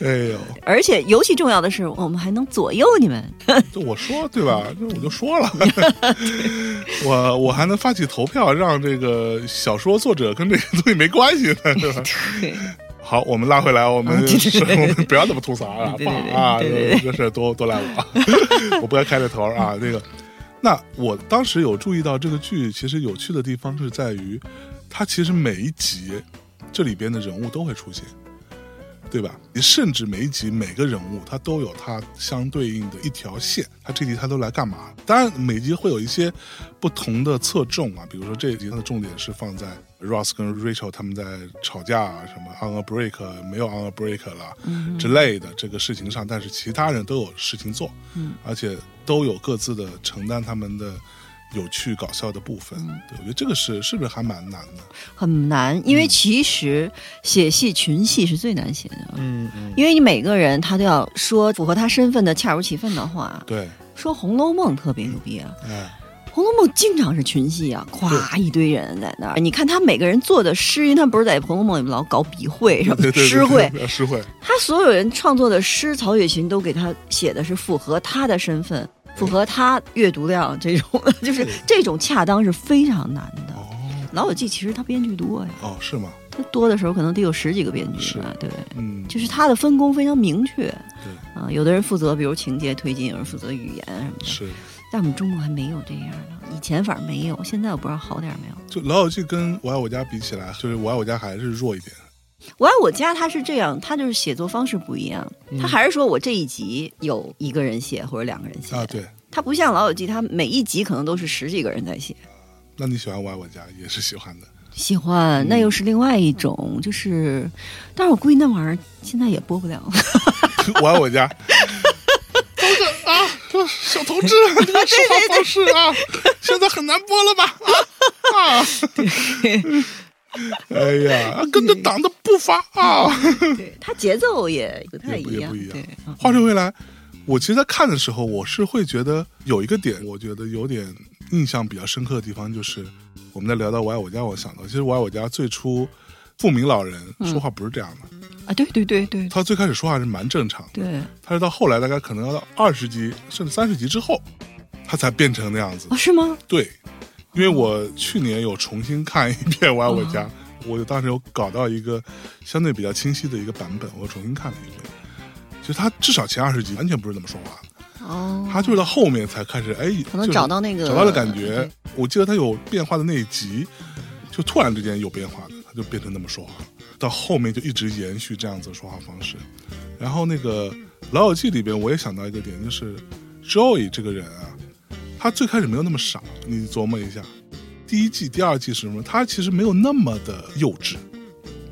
Speaker 2: 哎
Speaker 1: 而且尤其重要的是，我们还能左右你们。
Speaker 2: 呦， 就我说对吧？那我就说 了，我我还能发起投票，让这个小说作者跟这个东西没关系呢，是吧？
Speaker 1: 对，
Speaker 2: 好，我们拉回来，我们、
Speaker 1: 啊 对对对
Speaker 2: 我们不要那么吐槽啊，
Speaker 1: 对
Speaker 2: 爸
Speaker 1: 对对
Speaker 2: 啊，
Speaker 1: 对对对
Speaker 2: 这事儿多多赖 我，我不该开这头儿啊。这个，那我当时有注意到这个剧，其实有趣的地方是在于，它其实每一集这里边的人物都会出现，对吧？你甚至每一集每个人物他都有他相对应的一条线，他这集他都来干嘛？当然，每集会有一些不同的侧重啊，比如说这一集它的重点是放在 Ross 跟 Rachel 他们在吵架啊，什么 on a break 啊没有 on a break 了、之类的这个事情上，但是其他人都有事情做，
Speaker 1: 嗯
Speaker 2: 而且都有各自的承担他们的。有趣搞笑的部分，
Speaker 1: 嗯
Speaker 2: 对我觉得这个是是不是还蛮难的？
Speaker 1: 很难，因为
Speaker 2: 嗯
Speaker 1: 其实写戏群戏是最难写的，
Speaker 2: 嗯嗯，
Speaker 1: 因为你每个人他都要说符合他身份的恰如其分的话。
Speaker 2: 对，
Speaker 1: 说《红楼梦》特别牛逼啊，
Speaker 2: 哎，
Speaker 1: 《红楼梦》经常是群戏啊，咵一堆人在那儿。你看他每个人做的诗，因为他不是在《红楼梦》里面老搞笔会什么
Speaker 2: 对对对，
Speaker 1: 诗会，
Speaker 2: 对诗会，
Speaker 1: 他所有人创作的诗，曹雪芹都给他写的是符合他的身份。符合他阅读量这种， 就是这种恰当是非常难的。
Speaker 2: 哦
Speaker 1: 老友记其实他编剧多呀，
Speaker 2: 哦，是吗？
Speaker 1: 他多的时候可能得有十几个编剧吧，对，
Speaker 2: 嗯，
Speaker 1: 就是他的分工非常明确。
Speaker 2: 对
Speaker 1: 啊、有的人负责比如情节推进，有人负责语言什么的。
Speaker 2: 是，
Speaker 1: 但我们中国还没有这样的，以前反正没有，现在我不知道好点儿没有。
Speaker 2: 就老友记跟我爱我家比起来，就是我爱我家还是弱一点。
Speaker 1: 我爱我家他是这样，他就是写作方式不一样，
Speaker 2: 嗯
Speaker 1: 他还是说我这一集有一个人写或者两个人写，
Speaker 2: 啊，对，
Speaker 1: 他不像老友记，他每一集可能都是十几个人在写。
Speaker 2: 那你喜欢我爱我家也是喜欢的，
Speaker 1: 喜欢，那又是另外一种，就是，但是我估计那玩意儿现在也播不了。
Speaker 2: 我爱我家。同志啊，这小同 志，这个说话方式啊，现在很难播了吧？啊啊！ 哎呀，跟着党的步伐啊！
Speaker 1: 对，它节奏也不太
Speaker 2: 也不
Speaker 1: 一
Speaker 2: 也
Speaker 1: 样
Speaker 2: 不一。样
Speaker 1: 对，嗯
Speaker 2: 话说回来，我其实，在看的时候，我是会觉得有一个点，我觉得有点印象比较深刻的地方，就是我们在聊到《我爱我家》，我想到，其实《我爱我家》最初富明老人说话不是这样的，
Speaker 1: 啊，对对对对
Speaker 2: 他最开始说话是蛮正常的，
Speaker 1: 对，
Speaker 2: 他是到后来大概可能要到二十集甚至三十集之后，他才变成那样子。
Speaker 1: 哦，是吗？
Speaker 2: 对，因为我去年有重新看一遍《我爱我家》，我就当时有搞到一个相对比较清晰的一个版本，我重新看了一遍。就他至少前二十集完全不是这么说话的，
Speaker 1: 哦，
Speaker 2: 他就是到后面才开始，哎，
Speaker 1: 可能
Speaker 2: 就是
Speaker 1: 找到那个嗯
Speaker 2: 找到了感觉。我记得他有变化的那一集，就突然之间有变化的，他就变成那么说话了，到后面就一直延续这样子的说话方式。然后那个《老友记》里边，我也想到一个点，就是 Joey 这个人啊，他最开始没有那么傻，你琢磨一下，第一季、第二季是什么？他其实没有那么的幼稚，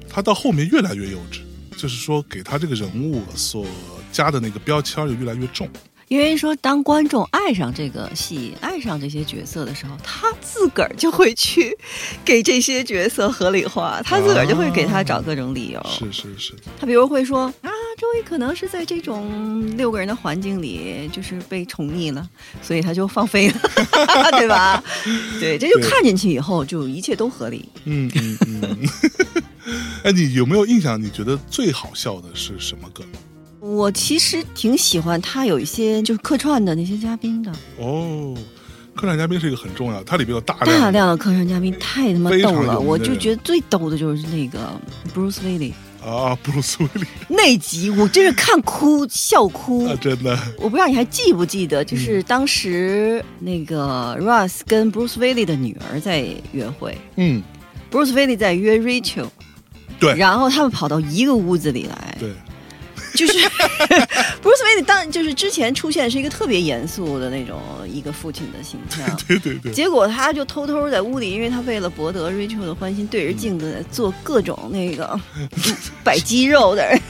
Speaker 2: 他到后面越来越幼稚，就是说给他这个人物所加的那个标签儿就越来越重。
Speaker 1: 因为说，当观众爱上这个戏、爱上这些角色的时候，他自个儿就会去给这些角色合理化，他自个儿就会给他找各种理由。
Speaker 2: 是是是，
Speaker 1: 他比如会说啊，周易可能是在这种六个人的环境里，就是被宠溺了，所以他就放飞了， 对吧？对，这就
Speaker 2: 对
Speaker 1: 看进去以后，就一切都合理。
Speaker 2: 嗯嗯嗯。 哎，你有没有印象？你觉得最好笑的是什么梗？
Speaker 1: 我其实挺喜欢他有一些就是客串的那些嘉宾的，
Speaker 2: 哦，客串嘉宾是一个很重要的，它里边有大量
Speaker 1: 大量的客串嘉宾太他妈
Speaker 2: 非常
Speaker 1: 逗
Speaker 2: 有名
Speaker 1: 了，
Speaker 2: 的
Speaker 1: 我就
Speaker 2: 人
Speaker 1: 觉得最逗的就是那个 Bruce Willis
Speaker 2: 啊，布鲁斯威利
Speaker 1: 那集，我真是看哭笑哭。
Speaker 2: 啊，真的，
Speaker 1: 我不知道你还记不记得，
Speaker 2: 嗯
Speaker 1: 就是当时那个 Ross 跟 Bruce Willis 的女儿在约会
Speaker 2: 嗯，
Speaker 1: ，Bruce Willis 在约 Rachel，
Speaker 2: 对
Speaker 1: 然后他们跑到一个屋子里来，
Speaker 2: 对，
Speaker 1: 就是 Bruce Wayne 当就是之前出现是一个特别严肃的那种一个父亲的形象，
Speaker 2: 对对对，
Speaker 1: 结果他就偷偷在屋里，因为他为了博得 Rachel 的欢心，对着镜子做各种那 个摆肌肉的，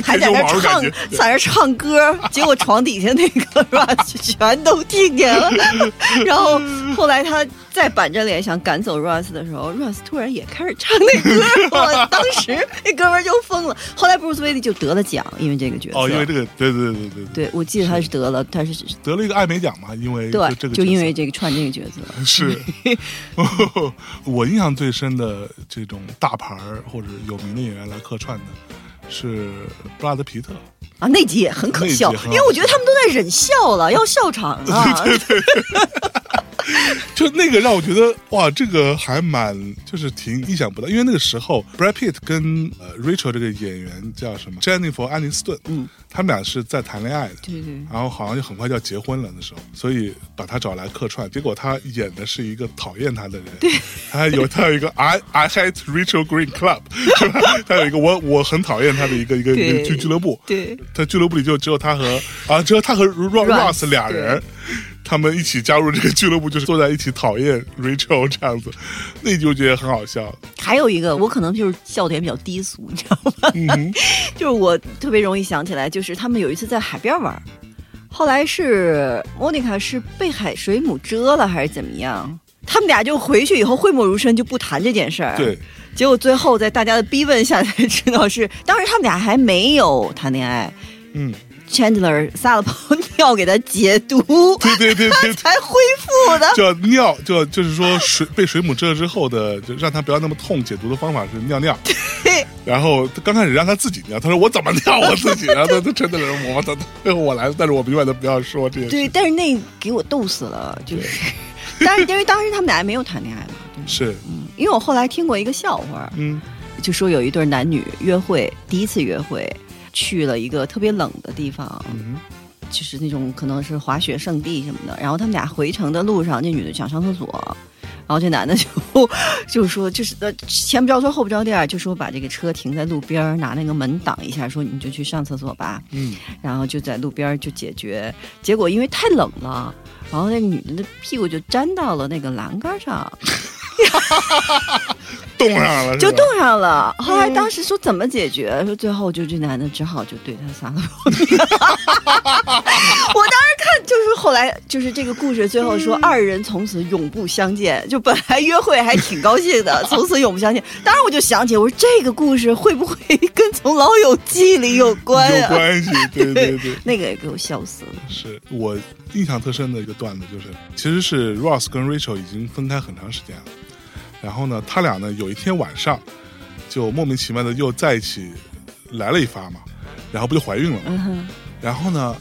Speaker 1: 还
Speaker 2: 贴
Speaker 1: 在
Speaker 2: 胸
Speaker 1: 那
Speaker 2: 毛
Speaker 1: 儿
Speaker 2: 的
Speaker 1: 唱
Speaker 2: 感觉，，
Speaker 1: 在那儿唱歌。结果床底下那个是吧，全都听见了。 然后后来他再板着脸想赶走 Russ 的时候，Russ 突然也开始唱那歌，我当时 那哥们儿就疯了。后来 Bruce Willis 就得了奖，因为这个角色。
Speaker 2: 哦，因为这个，对对对对对，
Speaker 1: 对，我记得他是得了，他是
Speaker 2: 得了一个艾美奖嘛，因为
Speaker 1: 对，
Speaker 2: 这个
Speaker 1: 就
Speaker 2: 角
Speaker 1: 因
Speaker 2: 色
Speaker 1: 为这个串这个角色。
Speaker 2: 是， 我印象最深的这种大牌儿或者有名的演员来客串的，是布拉德皮特。
Speaker 1: 啊，那集也很可
Speaker 2: 那集
Speaker 1: 笑，
Speaker 2: 很
Speaker 1: 因
Speaker 2: 好
Speaker 1: 为我觉得他们都在忍笑了，要笑场 啊。
Speaker 2: 就那个让我觉得哇，这个还蛮就是挺意想不到，因为那个时候 Brad Pitt 跟呃 Rachel 这个演员叫什么 Jennifer 安妮斯顿，
Speaker 1: 嗯，
Speaker 2: 他们俩是在谈恋爱的，
Speaker 1: 对对
Speaker 2: 然后好像就很快就要结婚了那时候，所以把他找来客串，结果他演的是一个讨厌他的人，对，他 还有他有一个 I I hate Rachel Green Club，是吧？他有一个我我很讨厌他的一个一个一个
Speaker 1: 对
Speaker 2: 俱俱乐部，
Speaker 1: 对，
Speaker 2: 他俱乐部里就只有他和啊，只有他和 Ro-
Speaker 1: Ross，
Speaker 2: Ross 俩人，他们一起加入这个俱乐部，就是坐在一起讨厌 Rachel 这样子，那就觉得很好笑。
Speaker 1: 还有一个我可能就是笑点比较低俗，你知道吗？
Speaker 2: 嗯，
Speaker 1: 就是我特别容易想起来，就是他们有一次在海边玩，后来是莫妮卡是被海水母蛰了还是怎么样？他们俩就回去以后讳莫如深，就不谈这件事儿。
Speaker 2: 对，
Speaker 1: 结果最后在大家的逼问下才知道是，当时他们俩还没有谈恋爱
Speaker 2: 嗯，
Speaker 1: ，Chandler 撒了泡尿给他解毒
Speaker 2: 对对对对，对
Speaker 1: 才恢复的。
Speaker 2: 叫尿，叫就是说水被水母蛰了之后的，就让他不要那么痛，解毒的方法是尿尿。
Speaker 1: 对
Speaker 2: 然后他刚开始让他自己尿，他说我怎么尿我自己啊？他他真的是我他他我来，但是我们永远都不要说这件事。
Speaker 1: 对，但是那给我逗死了，就是，但是因为 当时他们俩还没有谈恋爱嘛，对
Speaker 2: 是，
Speaker 1: 因为我后来听过一个笑话，
Speaker 2: 嗯
Speaker 1: 就说有一对男女约会，第一次约会去了一个特别冷的地方，
Speaker 2: 嗯，
Speaker 1: 就是那种可能是滑雪圣地什么的。然后他们俩回程的路上，这女的想上厕所，然后这男的就就说就是呃前不着村后不着店儿，就说把这个车停在路边儿，拿那个门挡一下，说你就去上厕所吧。
Speaker 2: 嗯，
Speaker 1: 然后就在路边儿就解决。结果因为太冷了，然后那女的的屁股就粘到了那个栏杆上，
Speaker 2: 冻上了是吧
Speaker 1: 就冻上了。后来当时说怎么解决，说最后就这男的只好就对他撒了泡尿。 我当时看就是后来就是这个故事最后说
Speaker 2: 嗯
Speaker 1: 二人从此永不相见，就本来约会还挺高兴的， 从此永不相见。当时我就想起我说这个故事会不会跟从《老友记》里有关
Speaker 2: 有
Speaker 1: 呀、
Speaker 2: 关系，对对对。
Speaker 1: 那个也给我笑死了。
Speaker 2: 是我印象特深的一个段子，就是其实是 Ross 跟 Rachel 已经分开很长时间了，然后呢，他俩呢有一天晚上就莫名其妙的又在一起来了一发嘛，然后不就怀孕了嘛，
Speaker 1: 嗯哼。
Speaker 2: 然后呢，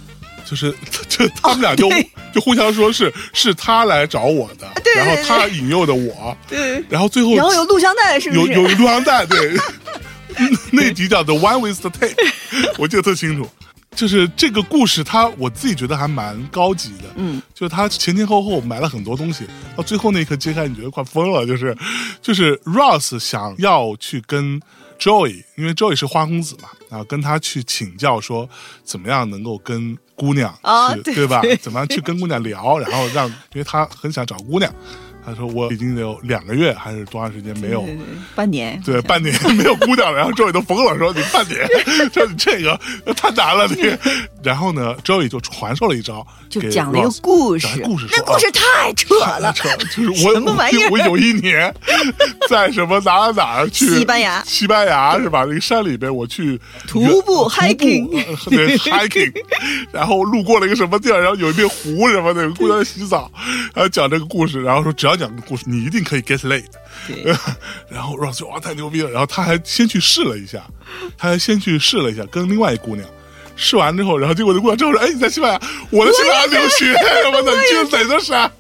Speaker 2: 就是 就他们俩就、
Speaker 1: 对
Speaker 2: 就互相说是是他来找我的，
Speaker 1: 对对
Speaker 2: 然后
Speaker 1: 对
Speaker 2: 他引诱的我，
Speaker 1: 对，
Speaker 2: 然后最后
Speaker 1: 然后有录像带，是不
Speaker 2: 有
Speaker 1: 是？
Speaker 2: 有录像带，对， 那集叫《The One with the Tape》，我记得特清楚。就是这个故事它，我自己觉得还蛮高级的。
Speaker 1: 嗯，
Speaker 2: 就是他前前后后买了很多东西，到最后那一刻揭开，你觉得快疯了。就是，就是 Ross 想要去跟 Joy，因为 Joy 是花公子嘛，啊，跟他去请教说怎么样能够跟姑娘
Speaker 1: 啊
Speaker 2: 去
Speaker 1: 对
Speaker 2: 对吧？怎么样去跟姑娘聊，然后让，因为他很想找姑娘。他说我已经有两个月还是多长时间没有
Speaker 1: 对对对半年，
Speaker 2: 对，半年没有姑娘了，然后周宇都疯了，说你半年，说你这个太难了你。然后呢，周宇就传授了一招，
Speaker 1: 就
Speaker 2: 给
Speaker 1: 讲了一个
Speaker 2: Ross
Speaker 1: 故事
Speaker 2: 讲，一故事说啊
Speaker 1: 那故事太扯了，
Speaker 2: 扯就是 我
Speaker 1: 什么玩意儿
Speaker 2: 我有一年在什么哪儿哪儿去
Speaker 1: 西班牙
Speaker 2: 西班牙是吧？那个山里边我去
Speaker 1: 徒
Speaker 2: 远
Speaker 1: 步 hiking
Speaker 2: 呃 对 hiking，然后路过了一个什么地儿，然后有一片湖什么的，有个姑娘在洗澡，然后讲这个故事，然后说只要讲这个故事，你一定可以 get laid。
Speaker 1: 对
Speaker 2: 然后 Ross 就哇太牛逼了，然后他还先去试了一下，他还先去试了一下，跟另外一姑娘。试完之后，然后结果那姑娘之后说：“哎，你在西班牙？我在西班牙留 学，我操，你去的哪座山？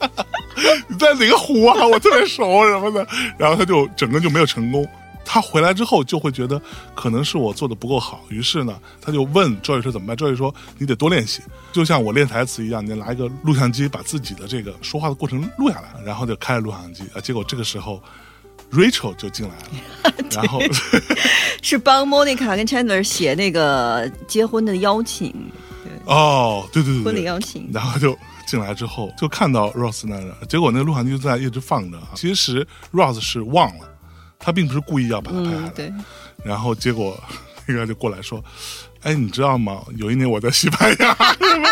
Speaker 2: 你 在哪个湖啊？我特别熟什么的。” 然后他就整个就没有成功。他回来之后就会觉得可能是我做的不够好，于是呢，他就问周宇说怎么办？周宇说你得多练习，就像我练台词一样，你拿一个录像机把自己的这个说话的过程录下来，然后就开了录像机啊。结果这个时候 Rachel 就进来了，然后
Speaker 1: 是帮 Monica 跟 Chandler 写那个结婚的邀请，
Speaker 2: 哦，对对对对，
Speaker 1: 婚礼邀请。
Speaker 2: 然后就进来之后就看到 Rose 那儿了，结果那个录像机就在一直放着啊。其实 Rose 是忘了，他并不是故意要把它拍下来
Speaker 1: 嗯，
Speaker 2: 的。
Speaker 1: 对，
Speaker 2: 然后结果 那个就过来说：“哎，你知道吗？有一年我在西班牙。”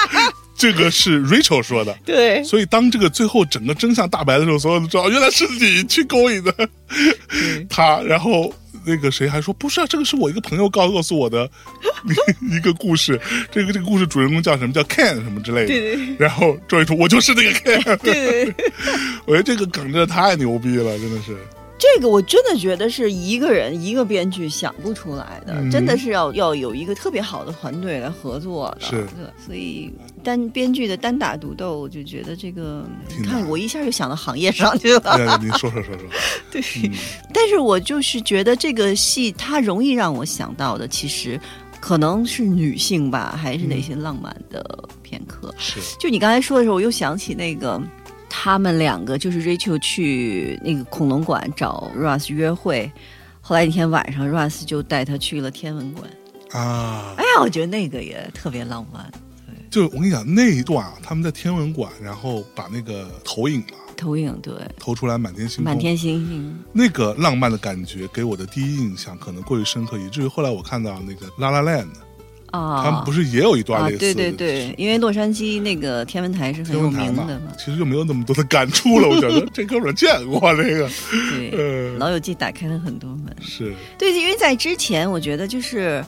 Speaker 2: 这个是 Rachel 说的。
Speaker 1: 对，
Speaker 2: 所以，当这个最后整个真相大白的时候，所有人都知道哦原来是你去勾引的
Speaker 1: 对
Speaker 2: 他。然后那个谁还说不是啊，这个是我一个朋友告诉我的 一个故事。这个这个故事主人公叫什么？叫 Ken 什么之类的。
Speaker 1: 对对
Speaker 2: 然后周一说：“我就是那 个 Ken。
Speaker 1: 对对，”
Speaker 2: 我觉得这个梗真的太牛逼了，真的是。
Speaker 1: 这个我真的觉得是一个人一个编剧想不出来的，
Speaker 2: 嗯
Speaker 1: 真的是要要有一个特别好的团队来合作的。
Speaker 2: 是
Speaker 1: 对，所以单编剧的单打独斗，我就觉得这个，
Speaker 2: 挺
Speaker 1: 你
Speaker 2: 难
Speaker 1: 看我一下就想到行业上去了。
Speaker 2: 那哎您说说说嗯说，
Speaker 1: 对，但是我就是觉得这个戏它容易让我想到的，其实可能是女性吧，还是那些浪漫的片刻。
Speaker 2: 是
Speaker 1: 就你刚才说的时候，我又想起那个。他们两个就是 Rachel 去那个恐龙馆找 Russ 约会，后来一天晚上 Russ 就带她去了天文馆。
Speaker 2: 啊
Speaker 1: 哎，呀，我觉得那个也特别浪漫，
Speaker 2: 就我跟你讲那一段啊，他们在天文馆，然后把那个投影嘛
Speaker 1: 投影对，
Speaker 2: 投出来满天星空，
Speaker 1: 满天星星，
Speaker 2: 那个浪漫的感觉给我的第一印象可能过于深刻，以至于后来我看到那个《La La Land》，
Speaker 1: 啊，
Speaker 2: 他们不是也有一段
Speaker 1: 啊
Speaker 2: 类似，的、
Speaker 1: 对对对，因为洛杉矶那个天文台是很
Speaker 2: 天
Speaker 1: 有
Speaker 2: 文台
Speaker 1: 名
Speaker 2: 嘛
Speaker 1: 的嘛，，
Speaker 2: 其实就没有那么多的感触了。我 觉得这哥们儿见过这个，
Speaker 1: 对。
Speaker 2: 嗯、
Speaker 1: 老友记打开了很多门。
Speaker 2: 是
Speaker 1: 对，因为在之前，我觉得就是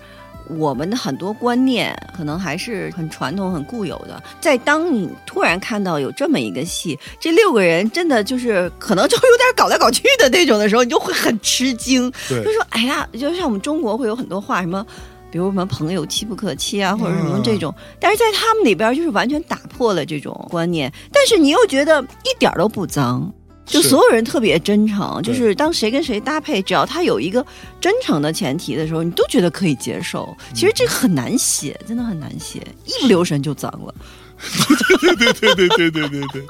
Speaker 1: 我们的很多观念可能还是很传统、很固有的。在当你突然看到有这么一个戏，这六个人真的就是可能就有点搞来搞去的那种的时候，你就会很吃惊，
Speaker 2: 对
Speaker 1: 就，说：“哎呀，就像我们中国会有很多话什么。”比如什么朋友妻不可欺啊，或者什么这种，但是在他们里边就是完全打破了这种观念，但是你又觉得一点儿都不脏，就是所有人特别真诚，就
Speaker 2: 对
Speaker 1: 是当谁跟谁搭配，只要他有一个真诚的前提的时候，你都觉得可以接受。
Speaker 2: 嗯
Speaker 1: 其实这个很难写，真的很难写，一不留神就脏了。
Speaker 2: 对对对对对对对。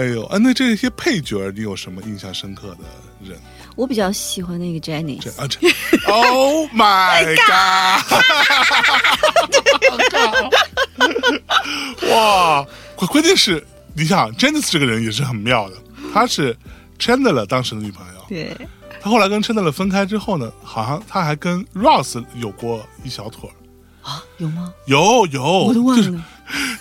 Speaker 2: 哎呦，啊，那这些配角儿你有什么印象深刻的人？
Speaker 1: 我比较喜欢那个 Jenny，
Speaker 2: 这啊这 ，Oh my god！哇，关关键是，你想 Janice 这个人也是很妙的，她是 Chandler 当时的女朋友，
Speaker 1: 对
Speaker 2: 她后来跟 Chandler 分开之后呢，好像她还跟 Ross 有过一小腿儿。
Speaker 1: 啊，有吗？
Speaker 2: 有有，
Speaker 1: 我都忘
Speaker 2: 就是
Speaker 1: 了。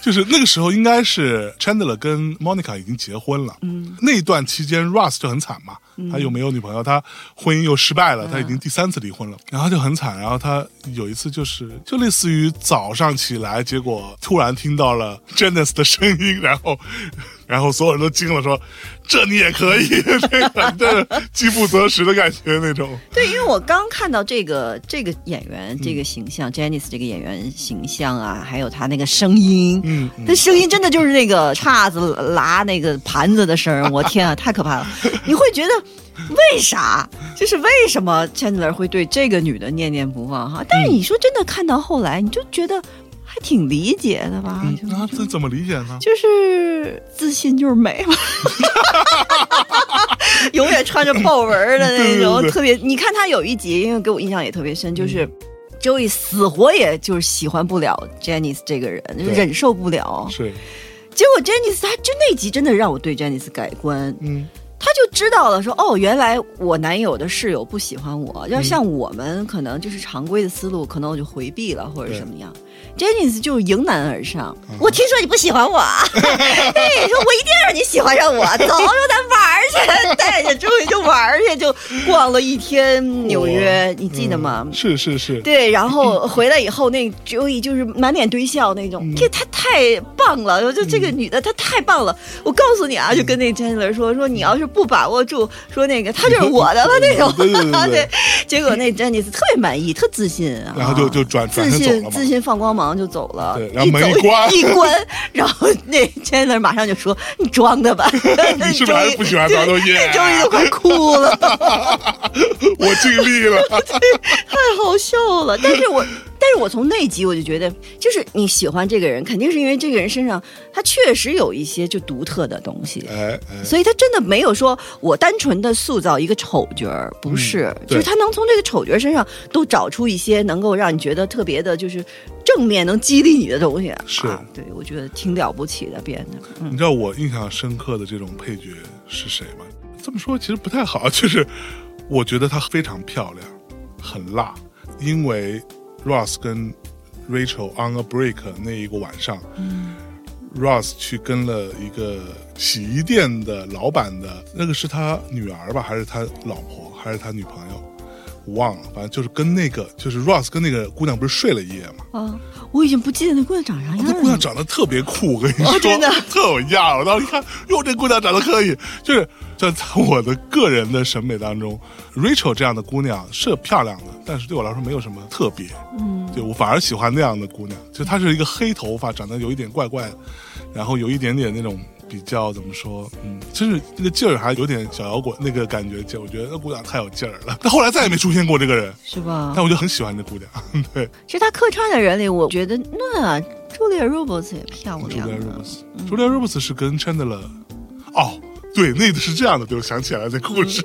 Speaker 2: 就是那个时候应该是 Chandler 跟 Monica 已经结婚了，嗯，那一段期间 Russ 就很惨嘛，
Speaker 1: 嗯
Speaker 2: 他又没有女朋友，他婚姻又失败了，他已经第三次离婚了，然后就很惨，然后他有一次就是就类似于早上起来，结果突然听到了 Janice 的声音，然后。 然后所有人都惊了，说：“这你也可以？” 这个这个饥不择食的感觉那种。
Speaker 1: 对，因为我刚看到这个这个演员
Speaker 2: 嗯
Speaker 1: 这个形象、j e n n i c e 这个演员形象啊，还有她那个声音，
Speaker 2: 嗯，
Speaker 1: 她声音真的就是那个叉子拉那个盘子的声 儿，我天啊，太可怕了！你会觉得为啥？就是为什么 Chandler 会对这个女的念念不忘
Speaker 2: 嗯
Speaker 1: 哈？但是你说真的，看到后来你就觉得还挺理解的吧？
Speaker 2: 嗯
Speaker 1: 就
Speaker 2: 那这怎么理解呢？
Speaker 1: 就是自信就是美 嘛，永远穿着豹纹儿的那种，
Speaker 2: 对对嗯对
Speaker 1: 特别。你看他有一集，因为给我印象也特别深，就是。Joey 死活也就是喜欢不了 Janice 这个人，就是忍受不了。
Speaker 2: 是，
Speaker 1: 结果 Janice 她就那集真的让我对 Janice 改观，
Speaker 2: 嗯，
Speaker 1: 他就知道了说，哦，原来我男友的室友不喜欢我，要像我们可能就是常规的思路，可能我就回避了或者什么样。Janice 就迎难而上，我听说你不喜欢我，对，说我一定让你喜欢上我，走，说咱玩儿去， 带着终于就玩儿去，就逛了一天纽约，你记得吗？
Speaker 2: 嗯是是 是，
Speaker 1: 对，啊然后回来以后，那 Joey 就是满脸堆笑那
Speaker 2: 嗯
Speaker 1: 种，这她太棒了，我就这个女的她太棒了。我告诉你啊，就跟那 Chandler 说说，你要是不把握住，说那个她就是我的了那种。
Speaker 2: 对对对对对
Speaker 1: 结果那 Janice 特别满意，特自信啊，
Speaker 2: 然后就就转转
Speaker 1: 自
Speaker 2: 身走了
Speaker 1: 信
Speaker 2: 嘛。
Speaker 1: 自信放光芒就走了。
Speaker 2: 对然后门
Speaker 1: 走
Speaker 2: 一关
Speaker 1: 一关，然后那 Chandler 马上就说：“你装的吧？
Speaker 2: 你是不是还是不喜啊欢
Speaker 1: 装
Speaker 2: 他？都 耶，
Speaker 1: Joey 都快哭了。”
Speaker 2: 我尽力了。
Speaker 1: 太好笑了。但是我，但是我从那集我就觉得，就是你喜欢这个人，肯定是因为这个人身上他确实有一些就独特的东西。
Speaker 2: 哎哎，
Speaker 1: 所以他真的没有说我单纯的塑造一个丑角儿，不是，
Speaker 2: 嗯
Speaker 1: 就
Speaker 2: 对
Speaker 1: 是他能从这个丑角身上都找出一些能够让你觉得特别的，就是正面能激励你的东西。
Speaker 2: 是
Speaker 1: 啊，对我觉得挺了不起的，变得，嗯
Speaker 2: 你知道我印象深刻的这种配角是谁吗？这么说其实不太好，就是我觉得她非常漂亮，很辣，因为 Ross 跟 Rachel on a break 那一个晚上、r 嗯 o s s 去跟了一个洗衣店的老板的那个是他女儿吧，还是他老婆，还是他女朋友？我忘了，反正就是跟那个，就是 Ross 跟那个姑娘不是睡了一夜吗？
Speaker 1: 啊，我已经不记得那姑娘长啥
Speaker 2: 那
Speaker 1: 样
Speaker 2: 啊哦姑娘
Speaker 1: 了。
Speaker 2: 长得特别酷，我跟你说，
Speaker 1: 嗯哦真的
Speaker 2: 特有样儿。我当时一看，哟，这姑娘长得可以，就是就在我的个人的审美当中，Rachel 这样的姑娘是漂亮的，但是对我来说没有什么特别。嗯，对我反而喜欢那样的姑娘，就她是一个黑头发，长得有一点怪怪的，然后有一点点那种。比较怎么说，嗯，就是那个劲儿还有点小摇滚那个感觉劲儿，我觉得那姑娘太有劲儿了。但后来再也没出现过这个人，
Speaker 1: 是吧？
Speaker 2: 但我就很喜欢这姑娘。 对，
Speaker 1: 其实他客串的人里，我觉得那朱丽叶·罗伯茨也漂亮
Speaker 2: Julia
Speaker 1: 啊。
Speaker 2: Roberts，Julia Roberts 是跟 Chandler，哦，对，那个是这样的，对我想起来了这故事，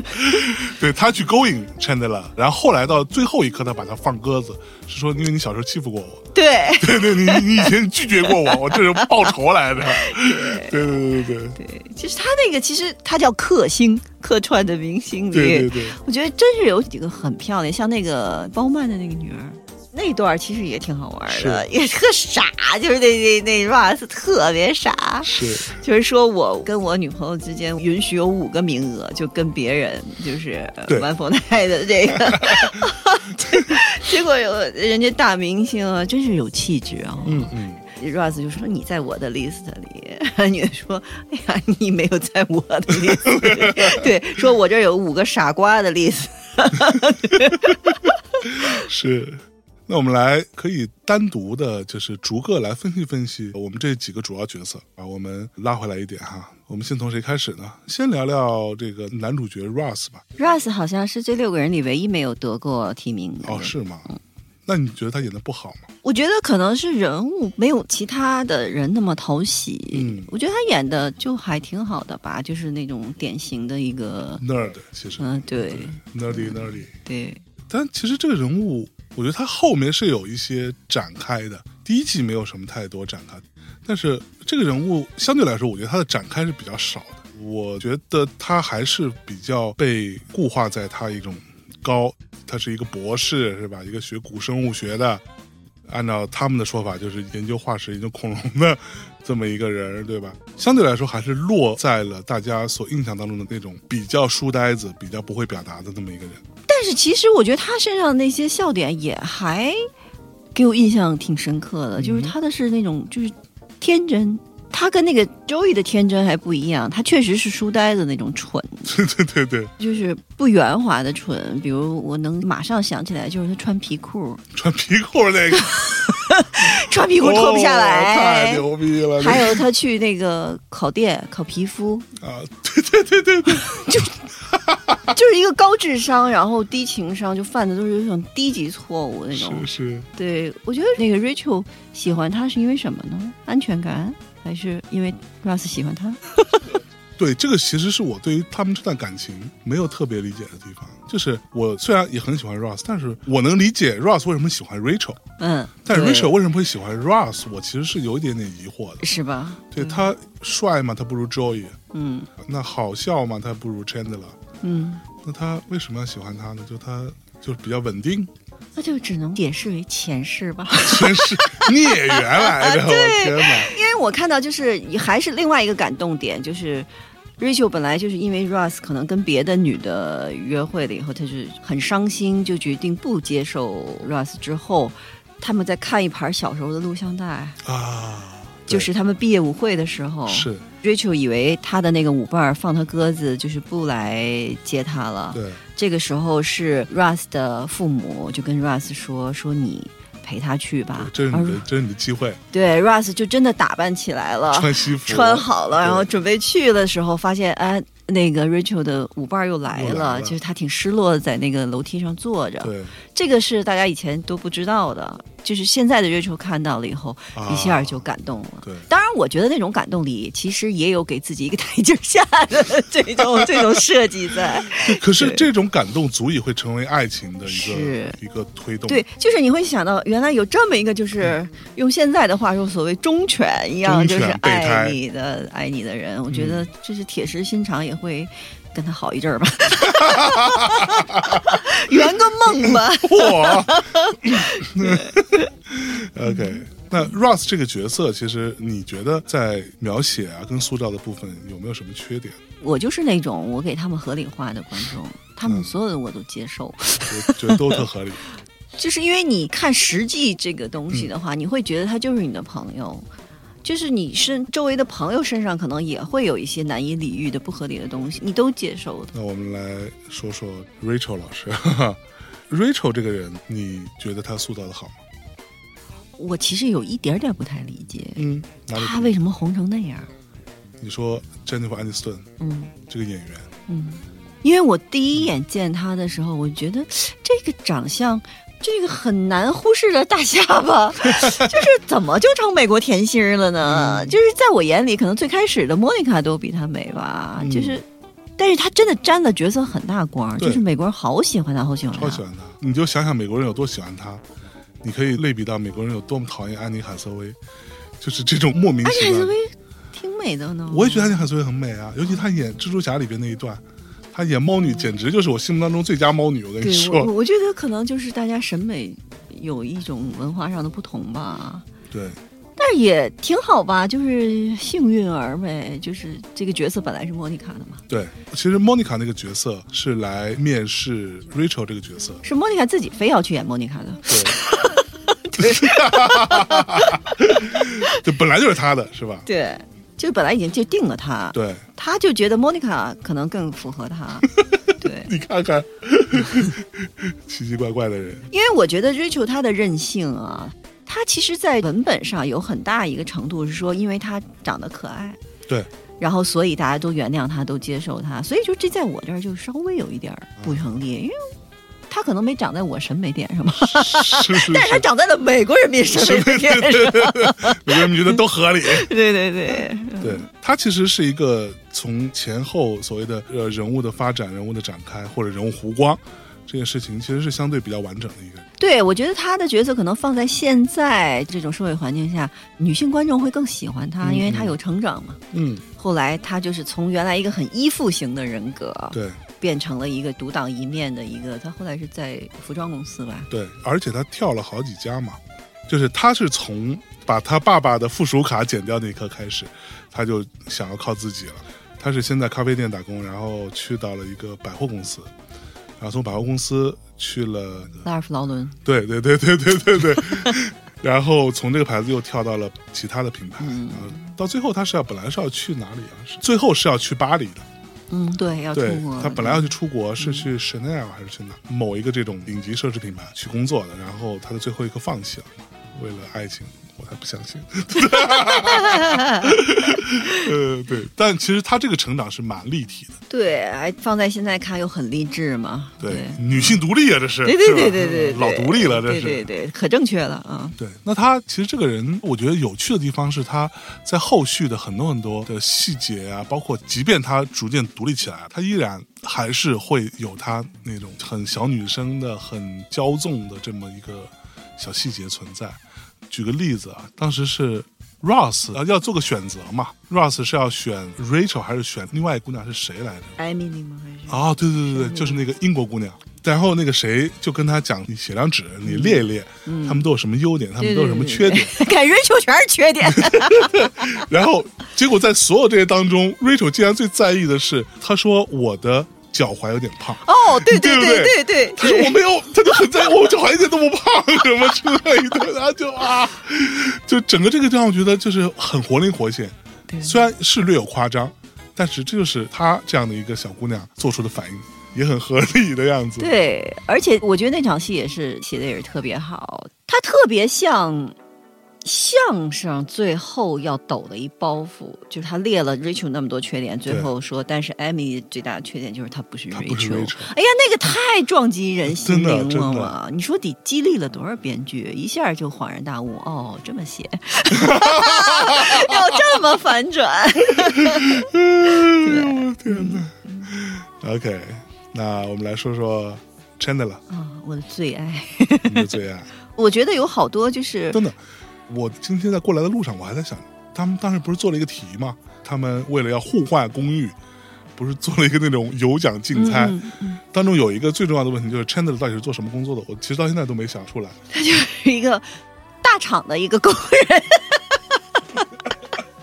Speaker 2: 对他去勾引 Chandler，然后后来到最后一刻，他把他放鸽子，是说因为你小时候欺负过我，
Speaker 1: 对
Speaker 2: 对对，你你你以前拒绝过我，我这人报仇来着， 对对对对对
Speaker 1: 对，就是他那个，其实他叫克星，客串的明星里，
Speaker 2: 对对对，
Speaker 1: 我觉得真是有几个很漂亮，像那个包曼的那个女儿。那段儿其实也挺好玩的，也特傻，就是那那那 Russ 特别傻，
Speaker 2: 是
Speaker 1: 就是说我跟我女朋友之间允许有五个名额，就跟别人就是呃
Speaker 2: 对
Speaker 1: One for Night 的这个，结结果有人家大明星啊，真是有气质啊、
Speaker 2: 嗯嗯，
Speaker 1: Russ 就说你在我的 list 里， 女的说，哎呀，你没有在我的 list 里， 对，说我这儿有五个傻瓜的 list，
Speaker 2: 是。那我们来可以单独的，就是逐个来分析分析我们这几个主要角色啊。我们拉回来一点哈，我们先从谁开始呢？先聊聊这个男主角 Russ 吧。
Speaker 1: Russ 好像是这六个人里唯一没有得过提名的。
Speaker 2: 哦，是吗？那你觉得他演的不好吗？
Speaker 1: 我觉得可能是人物没有其他的人那么讨喜。
Speaker 2: 嗯
Speaker 1: 我觉得他演的就还挺好的吧，就是那种典型的一个，
Speaker 2: ？nerd 其实、
Speaker 1: 嗯、对
Speaker 2: nerdy nerdy，
Speaker 1: 对，
Speaker 2: 但其实这个人物，我觉得他后面是有一些展开的。第一季没有什么太多展开，但是这个人物相对来说，我觉得他的展开是比较少的。我觉得他还是比较被固化在他一种高，他是一个博士是吧？一个学古生物学的， 按照他们的说法就是研究化石、研究恐龙的这么一个人，对吧？相对来说还是落在了大家所印象当中的那种比较书呆子、比较不会表达的那么一个人。
Speaker 1: 但是其实我觉得他身上的那些笑点也还给我印象挺深刻的，就是他的是那种就是天真。他跟那个 Joey 的天真还不一样，他确实是书呆子那种蠢，
Speaker 2: 对对对对，
Speaker 1: 就是不圆滑的蠢。比如我能马上想起来，就是他穿皮裤，
Speaker 2: 穿皮裤那个，
Speaker 1: 穿 皮裤脱不下
Speaker 2: 哦
Speaker 1: 来，
Speaker 2: 太牛逼了！
Speaker 1: 还
Speaker 2: 那
Speaker 1: 有他去那个烤店烤皮肤，
Speaker 2: 个啊， 对对对对对，
Speaker 1: 就是一个高智商，然后低情商，就犯的都是那种低级错误那种
Speaker 2: 是。是，
Speaker 1: 对，我觉得那个 Rachel 喜欢他是因为什么呢？安全感，还是因为 Russ 喜欢他？
Speaker 2: 对这个其实是我对于他们这段感情没有特别理解的地方，就是我虽然也很喜欢 Ross，但是我能理解 Ross 为什么喜欢 Rachel，
Speaker 1: 嗯，
Speaker 2: 但
Speaker 1: 对
Speaker 2: Rachel 为什么会喜欢 Ross，我其实是有一点点疑惑的。
Speaker 1: 是吧？
Speaker 2: 对他帅吗？他不如 Joey。
Speaker 1: 嗯
Speaker 2: 那好笑吗？他不如 Chandler。
Speaker 1: 嗯，
Speaker 2: 那他为什么要喜欢他呢？就他就是比较稳定，
Speaker 1: 那就只能解释为前世吧。
Speaker 2: 真是孽缘来的，我
Speaker 1: 对
Speaker 2: 天哪！
Speaker 1: 因为我看到就是还是另外一个感动点，就是 Rachel 本来就是因为 Russ 可能跟别的女的约会了以后，她就是很伤心，就决定不接受 Russ 之后。他们在看一盘小时候的录像带，
Speaker 2: 啊，
Speaker 1: 就
Speaker 2: 对
Speaker 1: 是他们毕业舞会的时候，
Speaker 2: 是
Speaker 1: Rachel 以为他的那个舞伴儿放他鸽子，就是不来接他了。
Speaker 2: 对，
Speaker 1: 这个时候是 Russ 的父母就跟 Russ 说：“说你陪他去吧。”
Speaker 2: 这是
Speaker 1: 而
Speaker 2: 你的，这是你的机会，
Speaker 1: 对 Russ 就真的打扮起来了，
Speaker 2: 穿西服，
Speaker 1: 啊穿好了，
Speaker 2: 对
Speaker 1: 然后准备去的时候，发现哎，那个 Rachel 的舞伴儿又来
Speaker 2: 又
Speaker 1: 了，
Speaker 2: 来了
Speaker 1: 就是他挺失落的，在那个楼梯上坐着。
Speaker 2: 对，
Speaker 1: 这个是大家以前都不知道的，就是现在的 Rachel 看到了以后，
Speaker 2: 啊
Speaker 1: 一下就感动了。
Speaker 2: 对
Speaker 1: 当然，我觉得那种感动里其实也有给自己一个台阶下的这种这种设计在。
Speaker 2: 可是
Speaker 1: 对
Speaker 2: 这种感动足以会成为爱情的一
Speaker 1: 是
Speaker 2: 个一个推动。
Speaker 1: 对，就是你会想到，原来有这么一个，就是用现在的话说，所谓忠犬一样，
Speaker 2: 嗯忠
Speaker 1: 就
Speaker 2: 犬
Speaker 1: 是
Speaker 2: 备
Speaker 1: 爱
Speaker 2: 胎嗯
Speaker 1: 你的爱你的人，我觉得就是铁石心肠，也会跟他好一阵 儿吧，圆个梦吧。
Speaker 2: 哇 ，OK。那 Ross 这个角色，其实你觉得在描写啊跟塑造的部分有没有什么缺点？
Speaker 1: 我就是那种我给他们合理化的观众，他们
Speaker 2: 嗯
Speaker 1: 所有的我都接受。
Speaker 2: 我觉得都特合理。
Speaker 1: 就是因为你看实际这个东
Speaker 2: 嗯
Speaker 1: 西的话，你会觉得他就是你的朋友，就是你身周围的朋友身上可能也会有一些难以理喻的不合理的东西，你都接受的。
Speaker 2: 那我们来说说 Rachel 老师。Rachel 这个人，你觉得她塑造的好吗？
Speaker 1: 我其实有一点点不太理解，
Speaker 2: 嗯，哪里
Speaker 1: 他
Speaker 2: 不
Speaker 1: 为什么红成那样？
Speaker 2: 你说 Jennifer Aniston
Speaker 1: 嗯
Speaker 2: 这个演员，
Speaker 1: 嗯，因为我第一眼见他的时候，我觉得这个长相。这个很难忽视的大下 巴，就是怎么就成美国甜心儿了呢？
Speaker 2: 嗯
Speaker 1: 就是在我眼里，可能最开始的莫妮卡都比她美吧，
Speaker 2: 嗯
Speaker 1: 就是，但是她真的沾了角色很大光儿，
Speaker 2: 对
Speaker 1: 就是美国人好喜欢她，好喜欢
Speaker 2: 超喜
Speaker 1: 她。
Speaker 2: 欢她。你就想想美国人有多喜欢她，你可以类比到美国人有多么讨厌安妮海瑟薇，就是这种莫名
Speaker 1: 而且
Speaker 2: 其
Speaker 1: 海瑟
Speaker 2: 妙
Speaker 1: 薇。挺美的呢，
Speaker 2: 我也觉得安妮海瑟薇很美啊，尤其她演蜘蛛侠里边那一段，她演猫女简直就是我心目当中最佳猫女。我跟 你
Speaker 1: 对我我
Speaker 2: 说，
Speaker 1: 我觉得可能就是大家审美有一种文化上的不同吧。
Speaker 2: 对
Speaker 1: 但是也挺好吧，就是幸运儿呗，就是这个角色本来是莫妮卡的嘛，
Speaker 2: 对，其实莫妮卡那个角色是来面试 Rachel 这个角色，
Speaker 1: 是莫妮卡自己非要去演莫妮卡 的，
Speaker 2: 对， 就本来就是他的是吧？
Speaker 1: 对，就本来已经就定了她，
Speaker 2: 对，
Speaker 1: 她就觉得莫妮卡可能更符合 她，对，
Speaker 2: 你看看， 奇奇怪怪的人，
Speaker 1: 因为我觉得 Rachel 她的任性啊，她其实，在文本上有很大一个程度是说，因为她长得可爱，
Speaker 2: 对，
Speaker 1: 然后所以大家都原谅她，都接受她，所以就这在我这儿就稍微有一点儿不成立，因为她可能没长在我审美点上吧。
Speaker 2: 是 是
Speaker 1: 但是他
Speaker 2: 是，
Speaker 1: 长在了美国人 民审美面上，
Speaker 2: 每个人觉得都合理。
Speaker 1: 对对对，
Speaker 2: 对他其实是一个从前后所谓的呃人物的发展、人物的展开或者人物弧光这件事情，其实是相对比较完整的一个人。
Speaker 1: 对我觉得他的角色可能放在现在这种社会环境下，女性观众会更喜欢他，
Speaker 2: 嗯
Speaker 1: 因为他有成长嘛。
Speaker 2: 嗯，
Speaker 1: 后来他就是从原来一个很依附型的人格，
Speaker 2: 对
Speaker 1: 变成了一个独当一面的一个。他后来是在服装公司吧？
Speaker 2: 对，而且他跳了好几家嘛，就是他是从把他爸爸的附属卡剪掉那一刻开始，他就想要靠自己了。他是先在咖啡店打工，然后去到了一个百货公司，然后从百货公司去了呃
Speaker 1: 拉尔夫劳伦，
Speaker 2: 对对对对对对 对。然后从这个牌子又跳到了其他的品牌，
Speaker 1: 嗯
Speaker 2: 然后到最后他是要本来是要去哪里啊？是最后是要去巴黎的，
Speaker 1: 嗯，对，要出
Speaker 2: 对
Speaker 1: 国。嗯
Speaker 2: 他本来要去出国，是去 Chanel 还是去哪某一个这种顶级奢侈品牌去工作的？然后他的最后一个放弃了，为了爱情，我才不相 信。 呃，对，但其实他这个成长是蛮立体的，
Speaker 1: 对，还放在现在看又很励志嘛。
Speaker 2: 对，女性独立啊，这是，
Speaker 1: 对对
Speaker 2: 是吧
Speaker 1: 对对对，对
Speaker 2: 老独立了，这是，
Speaker 1: 对对对，可正确了啊。
Speaker 2: 对，那他其实这个人，我觉得有趣的地方是他在后续的很多很多的细节啊，包括即便他逐渐独立起来，啊他依然还是会有他那种很小女生的、很骄纵的这么一个小细节存在。举个例子啊，当时是 Ross 啊要做个选择嘛，Ross 是要选 Rachel 还是选另外一个姑娘是谁来着？
Speaker 1: 艾米丽吗？还是
Speaker 2: 啊，对对对对，
Speaker 1: 嗯
Speaker 2: 就是那个英国姑娘。然后那个谁就跟他讲，你写张纸，你列一列，
Speaker 1: 嗯
Speaker 2: 他们都有什么优点，他们都有什么缺点。
Speaker 1: 给 Rachel 全是缺 点。
Speaker 2: 然后结果在所有这些当中，Rachel 竟然最在意的是，她说我的脚踝有点胖。
Speaker 1: 哦，对对
Speaker 2: 对
Speaker 1: 对对
Speaker 2: 对
Speaker 1: 对，
Speaker 2: 她说我没有，她就很在意我脚踝一点都不胖什么之类的，然后就啊，就整个这个地方，我觉得就是很活灵活现，
Speaker 1: 对
Speaker 2: 虽然是略有夸张，但是这就是她这样的一个小姑娘做出的反应，也很合理的样子。
Speaker 1: 对，而且我觉得那场戏也是写的也是特别好，他特别像相声最后要抖的一包袱，就是他列了 Rachel 那么多缺点，最后说，但是 Amy 最大的缺点就是她不是
Speaker 2: 他不是
Speaker 1: Rachel。
Speaker 2: Rachel，
Speaker 1: 哎呀，那个太撞击人心
Speaker 2: 真的
Speaker 1: 灵
Speaker 2: 真
Speaker 1: 了
Speaker 2: 的
Speaker 1: 嘛！你说得激励了多少编剧，一下就恍然大悟，哦，这么写， 要这么反转。
Speaker 2: 哎呦天哪！OK，那我们来说说 Chandler，
Speaker 1: 啊、我的最爱，
Speaker 2: 你的 最爱。
Speaker 1: 我觉得有好多就是
Speaker 2: 真的，我今天在过来的路上，我还在想，他们当时不是做了一个题吗？他们为了要互换公寓，不是做了一个那种有奖竞猜，
Speaker 1: 嗯
Speaker 2: 当中有一个最重要的问题就是 Chandler 到底是做什么工作的？我其实到现在都没想出来。
Speaker 1: 一个大厂的一个工人，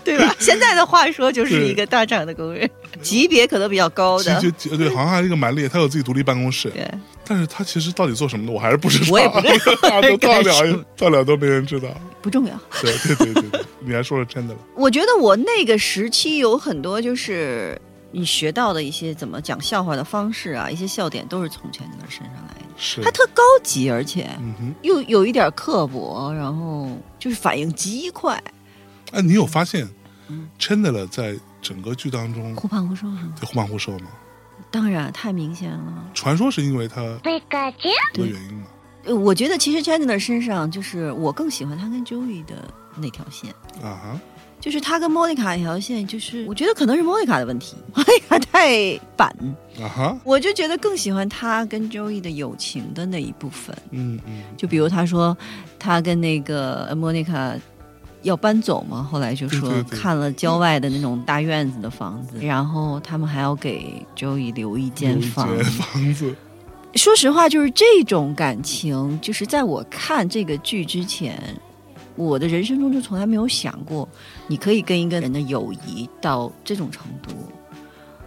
Speaker 1: 对吧？现在的话说就是一个大厂的工人，级别可能比较高
Speaker 2: 其
Speaker 1: 的
Speaker 2: 实。其实对，好像还有一个蛮厉害，他有自己独立办公室，
Speaker 1: 对，
Speaker 2: 但是他其实到底做什么的，我还是不知道。
Speaker 1: 我也不知 道
Speaker 2: 都到
Speaker 1: 干什
Speaker 2: 了
Speaker 1: 么
Speaker 2: 到了都没人知道。
Speaker 1: 不重要。
Speaker 2: 对对对对对，你还说了 Chandler，
Speaker 1: 我觉得我那个时期有很多就是你学到的一些怎么讲笑话的方式啊，一些笑点都是从钱德身上来的。
Speaker 2: 是
Speaker 1: 他，特高级，而且
Speaker 2: 嗯哼，
Speaker 1: 又有一点刻薄，然后就是反应极快，
Speaker 2: 哎，你有发现
Speaker 1: 嗯
Speaker 2: Chandler 在整个剧当中
Speaker 1: 忽胖忽瘦是吗？
Speaker 2: 对忽胖忽瘦吗？
Speaker 1: 当然，太明显了。
Speaker 2: 传说是因为他的原因嘛。
Speaker 1: 呃我觉得其实 Chandler 身上就是我更喜欢他跟 Joey 的那条线，
Speaker 2: 啊
Speaker 1: 就是他跟 Monica 那条线，就是我觉得可能是 Monica 的问题，Monica 太板，
Speaker 2: 哈啊哈，
Speaker 1: 我就觉得更喜欢他跟 Joey 的友情的那一部分。
Speaker 2: 嗯嗯，
Speaker 1: 就比如他说他跟那个呃 Monica 要搬走嘛，后来就说
Speaker 2: 对对对
Speaker 1: 看了郊外的那种大院子的房子，然后他们还要给 Joey 留一间房
Speaker 2: 有一间房子，
Speaker 1: 说实话，就是这种感情，就是在我看这个剧之前，我的人生中就从来没有想过，你可以跟一个人的友谊到这种程度。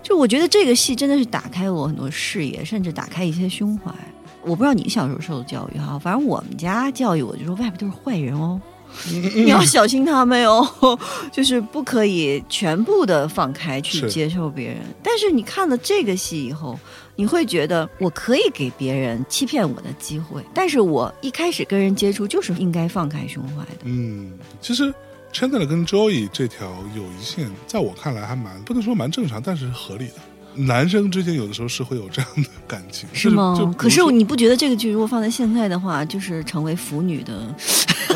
Speaker 1: 就我觉得这个戏真的是打开我很多视野，甚至打开一些胸怀。我不知道你小时候受的教育哈，反正我们家教育我就说外边都是坏人哦，你要小心他们哦，就是不可以全部的放开去
Speaker 2: 是
Speaker 1: 接受别人。但是你看了这个戏以后，你会觉得我可以给别人欺骗我的机会，但是我一开始跟人接触就是应该放开胸怀的。
Speaker 2: 嗯，其实 Chandler 跟 Joey 这条友谊线，在我看来还蛮不能说蛮正常，但是合理的。男生之间有的时候是会有这样的感情，
Speaker 1: 是
Speaker 2: 就
Speaker 1: 吗？
Speaker 2: 就
Speaker 1: 可是
Speaker 2: 比如
Speaker 1: 你不觉得这个剧如果放在现在的话，就是成为腐女的？
Speaker 2: 说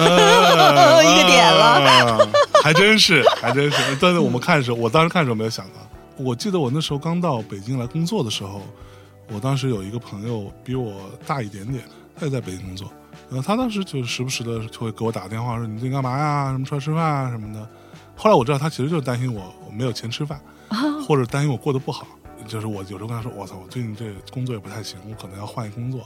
Speaker 2: 呃
Speaker 1: 一个点了
Speaker 2: 啊还真是，还真是。但是我们看的时候，我当时看的时候没有想到，我记得我那时候刚到北京来工作的时候，我当时有一个朋友比我大一点点，他也在北京工作，然后他当时就时不时的就会给我打电话说你最近干嘛呀？什么出来吃饭啊什么的。后来我知道他其实就是担心我我没有钱吃饭，
Speaker 1: 哦
Speaker 2: 或者担心我过得不好。就是我有时候跟他说，我操，我最近这工作也不太行，我可能要换一工作。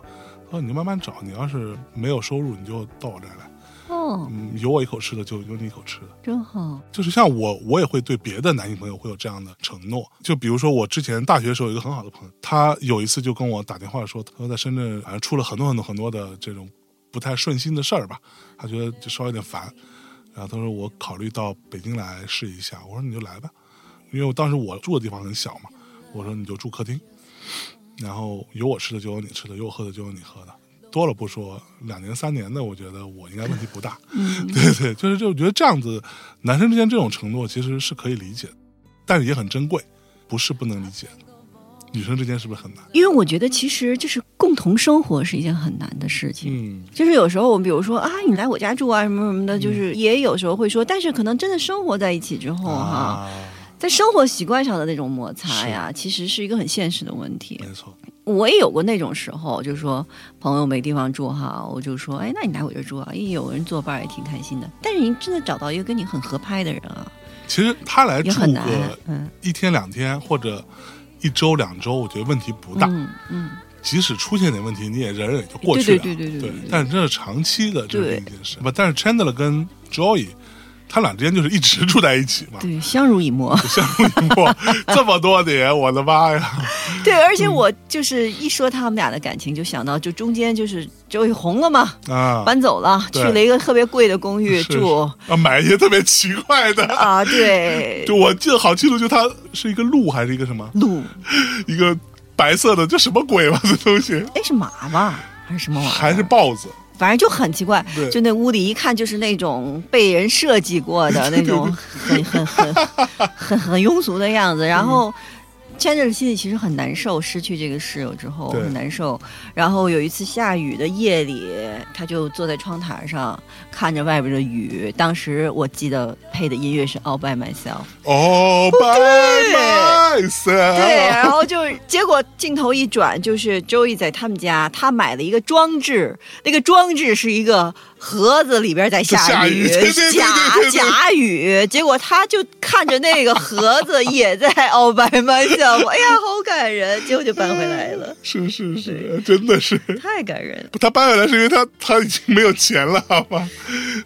Speaker 2: 他说你就慢慢找，你要是没有收入，你就到我这儿来。
Speaker 1: 哦，
Speaker 2: 嗯，有我一口吃的就有你一口吃的。
Speaker 1: 真好。
Speaker 2: 就是像我，我也会对别的男性朋友会有这样的承诺。就比如说，我之前大学的时候有一个很好的朋友，他有一次就跟我打电话说，他说在深圳好像出了很多很多很多的这种不太顺心的事儿吧，他觉得就稍微有点烦。然后他说我考虑到北京来试一下，我说你就来吧，因为我当时我住的地方很小嘛，我说你就住客厅，然后有我吃的就有你吃的，有我喝的就有你喝的。多了不说，两年三年的，我觉得我应该问题不大。
Speaker 1: 嗯
Speaker 2: 对对，就是就我觉得这样子，男生之间这种承诺其实是可以理解的，但是也很珍贵，不是不能理解的。女生之间是不是很难？
Speaker 1: 因为我觉得其实就是共同生活是一件很难的事情。
Speaker 2: 嗯，
Speaker 1: 就是有时候我们比如说啊，你来我家住啊，什么什么的，就是也有时候会说，但是可能真的生活在一起之后哦哈、
Speaker 2: 啊，
Speaker 1: 在生活习惯上的那种摩擦呀，其实是一啊个很现实的问题。
Speaker 2: 没错，
Speaker 1: 我也有过那种时候，就说朋友没地方住哈，我就说，哎，那你来我这儿住啊，因为有人作伴儿也挺开心的。但是你真的找到一个跟你很合拍的人啊，
Speaker 2: 其实他来
Speaker 1: 也
Speaker 2: 住
Speaker 1: 很难
Speaker 2: 个。
Speaker 1: 嗯
Speaker 2: 一天两天或者一周两周，我觉得问题不大。
Speaker 1: 嗯嗯，
Speaker 2: 即使出现点问题，你也忍忍就过去了。
Speaker 1: 对对对对对
Speaker 2: 对
Speaker 1: 对对
Speaker 2: 但是这是长期的这
Speaker 1: 对
Speaker 2: 是一件事。不，但是 Chandler 跟 Joey，他俩之间就是一直住在一起嘛。
Speaker 1: 对，相濡以沫。
Speaker 2: 相濡以沫这么多年，我的妈呀！
Speaker 1: 对，而
Speaker 2: 嗯
Speaker 1: 且我就是一说他们俩的感情，就想到就中间就是周易红了嘛，
Speaker 2: 啊，
Speaker 1: 搬走了，去
Speaker 2: 对
Speaker 1: 了一个特别贵的公寓
Speaker 2: 是
Speaker 1: 住
Speaker 2: 啊，买一些特别奇怪的。
Speaker 1: 啊，对，
Speaker 2: 就我记得好清楚，就它是一个鹿还是一个什么，
Speaker 1: 鹿，
Speaker 2: 一 个白色的，这什么鬼吧？这东西
Speaker 1: 哎，是马吧还是什么玩意儿？
Speaker 2: 还是豹子，
Speaker 1: 反正就很奇怪
Speaker 2: 对，
Speaker 1: 就那屋里一看就是那种被人设计过 的那种很很很很很庸俗的样子，然
Speaker 2: 嗯
Speaker 1: 后。牵着心里其实很难受，失去这个室友之后
Speaker 2: 对
Speaker 1: 很难受。然后有一次下雨的夜里，他就坐在窗台上看着外边的雨。当时我记得配的音乐是《All by Myself》，
Speaker 2: 哦，by myself，
Speaker 1: 对，然后就结果镜头一转，就是周易在他们家，他买了一个装置，那个装置是一个盒子里边在
Speaker 2: 下雨
Speaker 1: 雨，
Speaker 2: 对对对对
Speaker 1: 假
Speaker 2: 对对
Speaker 1: 假雨，结果他就看着那个盒子也在 all by myself，哎呀，好感人，结果就搬回来了，
Speaker 2: 是是是， 真的是。
Speaker 1: 太感人了。
Speaker 2: 他搬回来是因为他他已经没有钱了，好吧？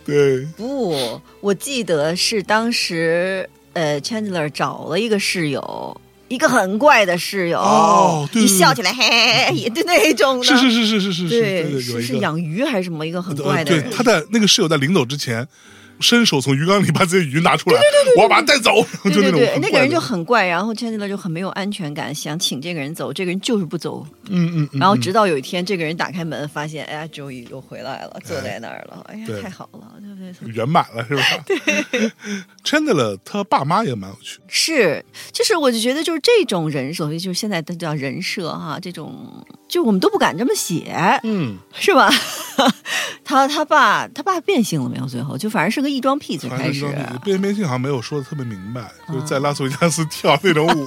Speaker 2: 对，
Speaker 1: 不，我记得是当时呃，Chandler 找了一个室友。一个很怪的室友，
Speaker 2: 哦对
Speaker 1: 一
Speaker 2: 对对
Speaker 1: 笑起来嘿嘿嘿，也就那种的，
Speaker 2: 是是是是是 是是，对，有
Speaker 1: 是
Speaker 2: 一
Speaker 1: 是
Speaker 2: 个
Speaker 1: 养鱼还是什么一个很怪
Speaker 2: 呃，
Speaker 1: 的
Speaker 2: 对
Speaker 1: 人，，
Speaker 2: 他在那个室友在临走之前，伸手从鱼缸里把自己的鱼拿出来，我要把它带走，
Speaker 1: 对
Speaker 2: 就
Speaker 1: 对
Speaker 2: 种
Speaker 1: 对，
Speaker 2: 很
Speaker 1: 那个
Speaker 2: 怪
Speaker 1: 人
Speaker 2: 的
Speaker 1: 就很怪，然后 Chandler 就很没有安全感，想请这个人走，这个人就是不走。
Speaker 2: 嗯嗯嗯，
Speaker 1: 然后直到有一天，这个人打开门，发现哎呀，Joey 又回来了，坐在那儿了，哎呀
Speaker 2: 对，嗯
Speaker 1: 太好了，对不对？
Speaker 2: 圆满了 是吧？对，Chandler 他爸妈也蛮有趣的，
Speaker 1: 是，就是我就觉得就是这种人，所谓就是现在都叫人设哈、这种就我们都不敢这么写，
Speaker 2: 嗯，
Speaker 1: 是吧？ 他他爸他爸变性了没有？最后就反正是个异装癖，最
Speaker 2: 好
Speaker 1: 开
Speaker 2: 像
Speaker 1: 始啊嗯
Speaker 2: 是变变性好像没有说的特别明白，就是在拉斯维加斯跳那种舞，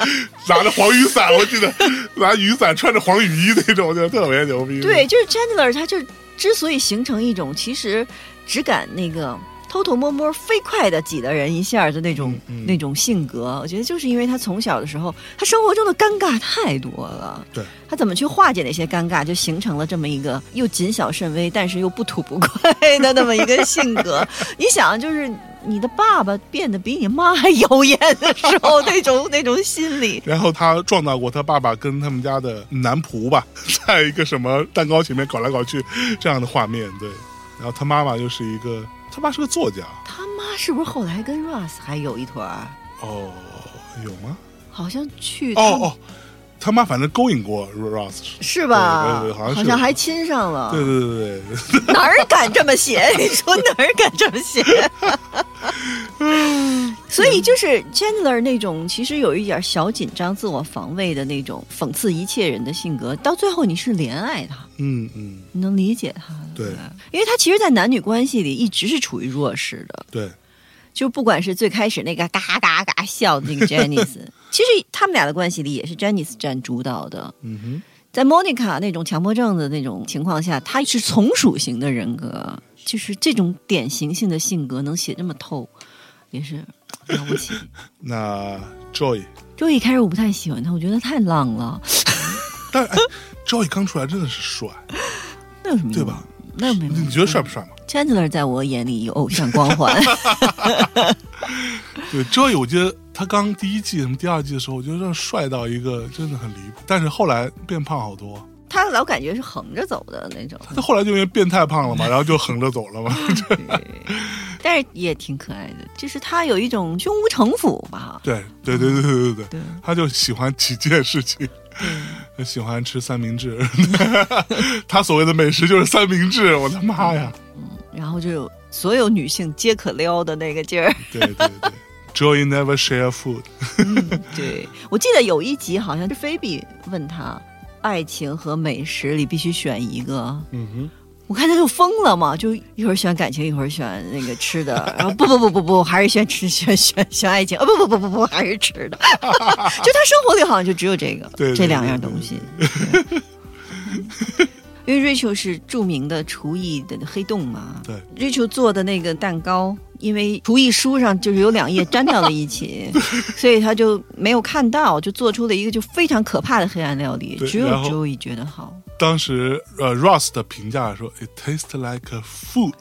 Speaker 2: 拿着黄雨伞，我记得 拿雨伞穿着黄雨衣那种，就特别牛逼。
Speaker 1: 对，，就是 Chandler，他就之所以形成一种其实只敢那个偷偷摸摸、飞快的挤得人一下的那种、
Speaker 2: 嗯嗯
Speaker 1: 那种性格，我觉得就是因为他从小的时候，他生活中的尴尬太多了。
Speaker 2: 对，
Speaker 1: 他怎么去化解那些尴尬，就形成了这么一个又谨小慎微，但是又不吐不快的那么一个性格。你想，就是你的爸爸变得比你妈还妖艳的时候，那种那种心理。
Speaker 2: 然后他撞到过他爸爸跟他们家的男仆吧， 在一个什么蛋糕前面搞来搞去这样的画面。对，然后他妈妈又是一个，他妈是个作家。
Speaker 1: 他妈是不是后来跟 Russ 还有一腿儿？
Speaker 2: 哦，有吗？
Speaker 1: 好像去
Speaker 2: 哦
Speaker 1: 他们
Speaker 2: 哦，他妈反正勾引过 Ross。
Speaker 1: 是吧？
Speaker 2: 对对对好像是
Speaker 1: 还亲上了，
Speaker 2: 对对对对，
Speaker 1: 哪儿敢这么写？你说哪儿敢这么 写？所以就是 Chandler 那种其实有一点小紧张、自我防卫的那种讽刺一切人的性格，到最后你是怜爱他，
Speaker 2: 嗯嗯，
Speaker 1: 你能理解他的，
Speaker 2: 对
Speaker 1: 因为他其实，在男女关系里一直是处于弱势的，
Speaker 2: 对，
Speaker 1: 就不管是最开始那个嘎嘎嘎笑的那个 Janice，其实他们俩的关系里也是 Janice 占主导的，
Speaker 2: 嗯哼，
Speaker 1: 在 Monica 那种强迫症的那种情况下，她是从属型的人格，就是这种典型性的性格能写这么透，也是了不 起。
Speaker 2: 那 Joy，
Speaker 1: 就一开始我不太喜欢他，我觉得太浪了，
Speaker 2: 但、哎、Joy 刚出来真的是帅，
Speaker 1: 那有什么用？
Speaker 2: 对吧？？
Speaker 1: 那有没有用？
Speaker 2: 你觉得帅不帅嘛？
Speaker 1: Chandler 在我眼里有偶像光 环，
Speaker 2: 对，Joy，我记得他刚第一季什么第二季的时候，我觉得这帅到一个真的很离谱，但是后来变胖好多。
Speaker 1: 他老感觉是横着走的 那种，
Speaker 2: 他后来就因为变太胖了嘛，然后就横着走了嘛。
Speaker 1: 但是也挺可爱的，就是他有一种胸无城府吧。
Speaker 2: 对对对对对对对
Speaker 1: 对，
Speaker 2: 他就喜欢几件事情，他喜欢吃三明治， 他所谓的美食就是三明治，我的妈呀！
Speaker 1: 然后就有所有女性皆可撩的那个劲儿。
Speaker 2: 对对对，Joy never share food，
Speaker 1: 对，我记得有一集好像是菲比问他，爱情和美食里必须选一个。
Speaker 2: 嗯
Speaker 1: 我看他就疯了嘛，就一会儿选感情，一会儿选那个吃的，然后不不不不不，还是选吃选选选爱情，啊不不不不不，还是吃的，就他生活里好像就只有这个
Speaker 2: 对对
Speaker 1: 这两样东西。对因为 Rachel 是著名的厨艺的黑洞嘛，
Speaker 2: 对
Speaker 1: ，Rachel 做的那个蛋糕，因为厨艺书上就是有两页粘到了一 起，所以他就没有看到，就做出了一个就非常可怕的黑暗料理
Speaker 2: 对，
Speaker 1: 只有
Speaker 2: 然后
Speaker 1: Joey 觉得好。
Speaker 2: 哼，当时呃，Ross 的评价说，it tastes like a food，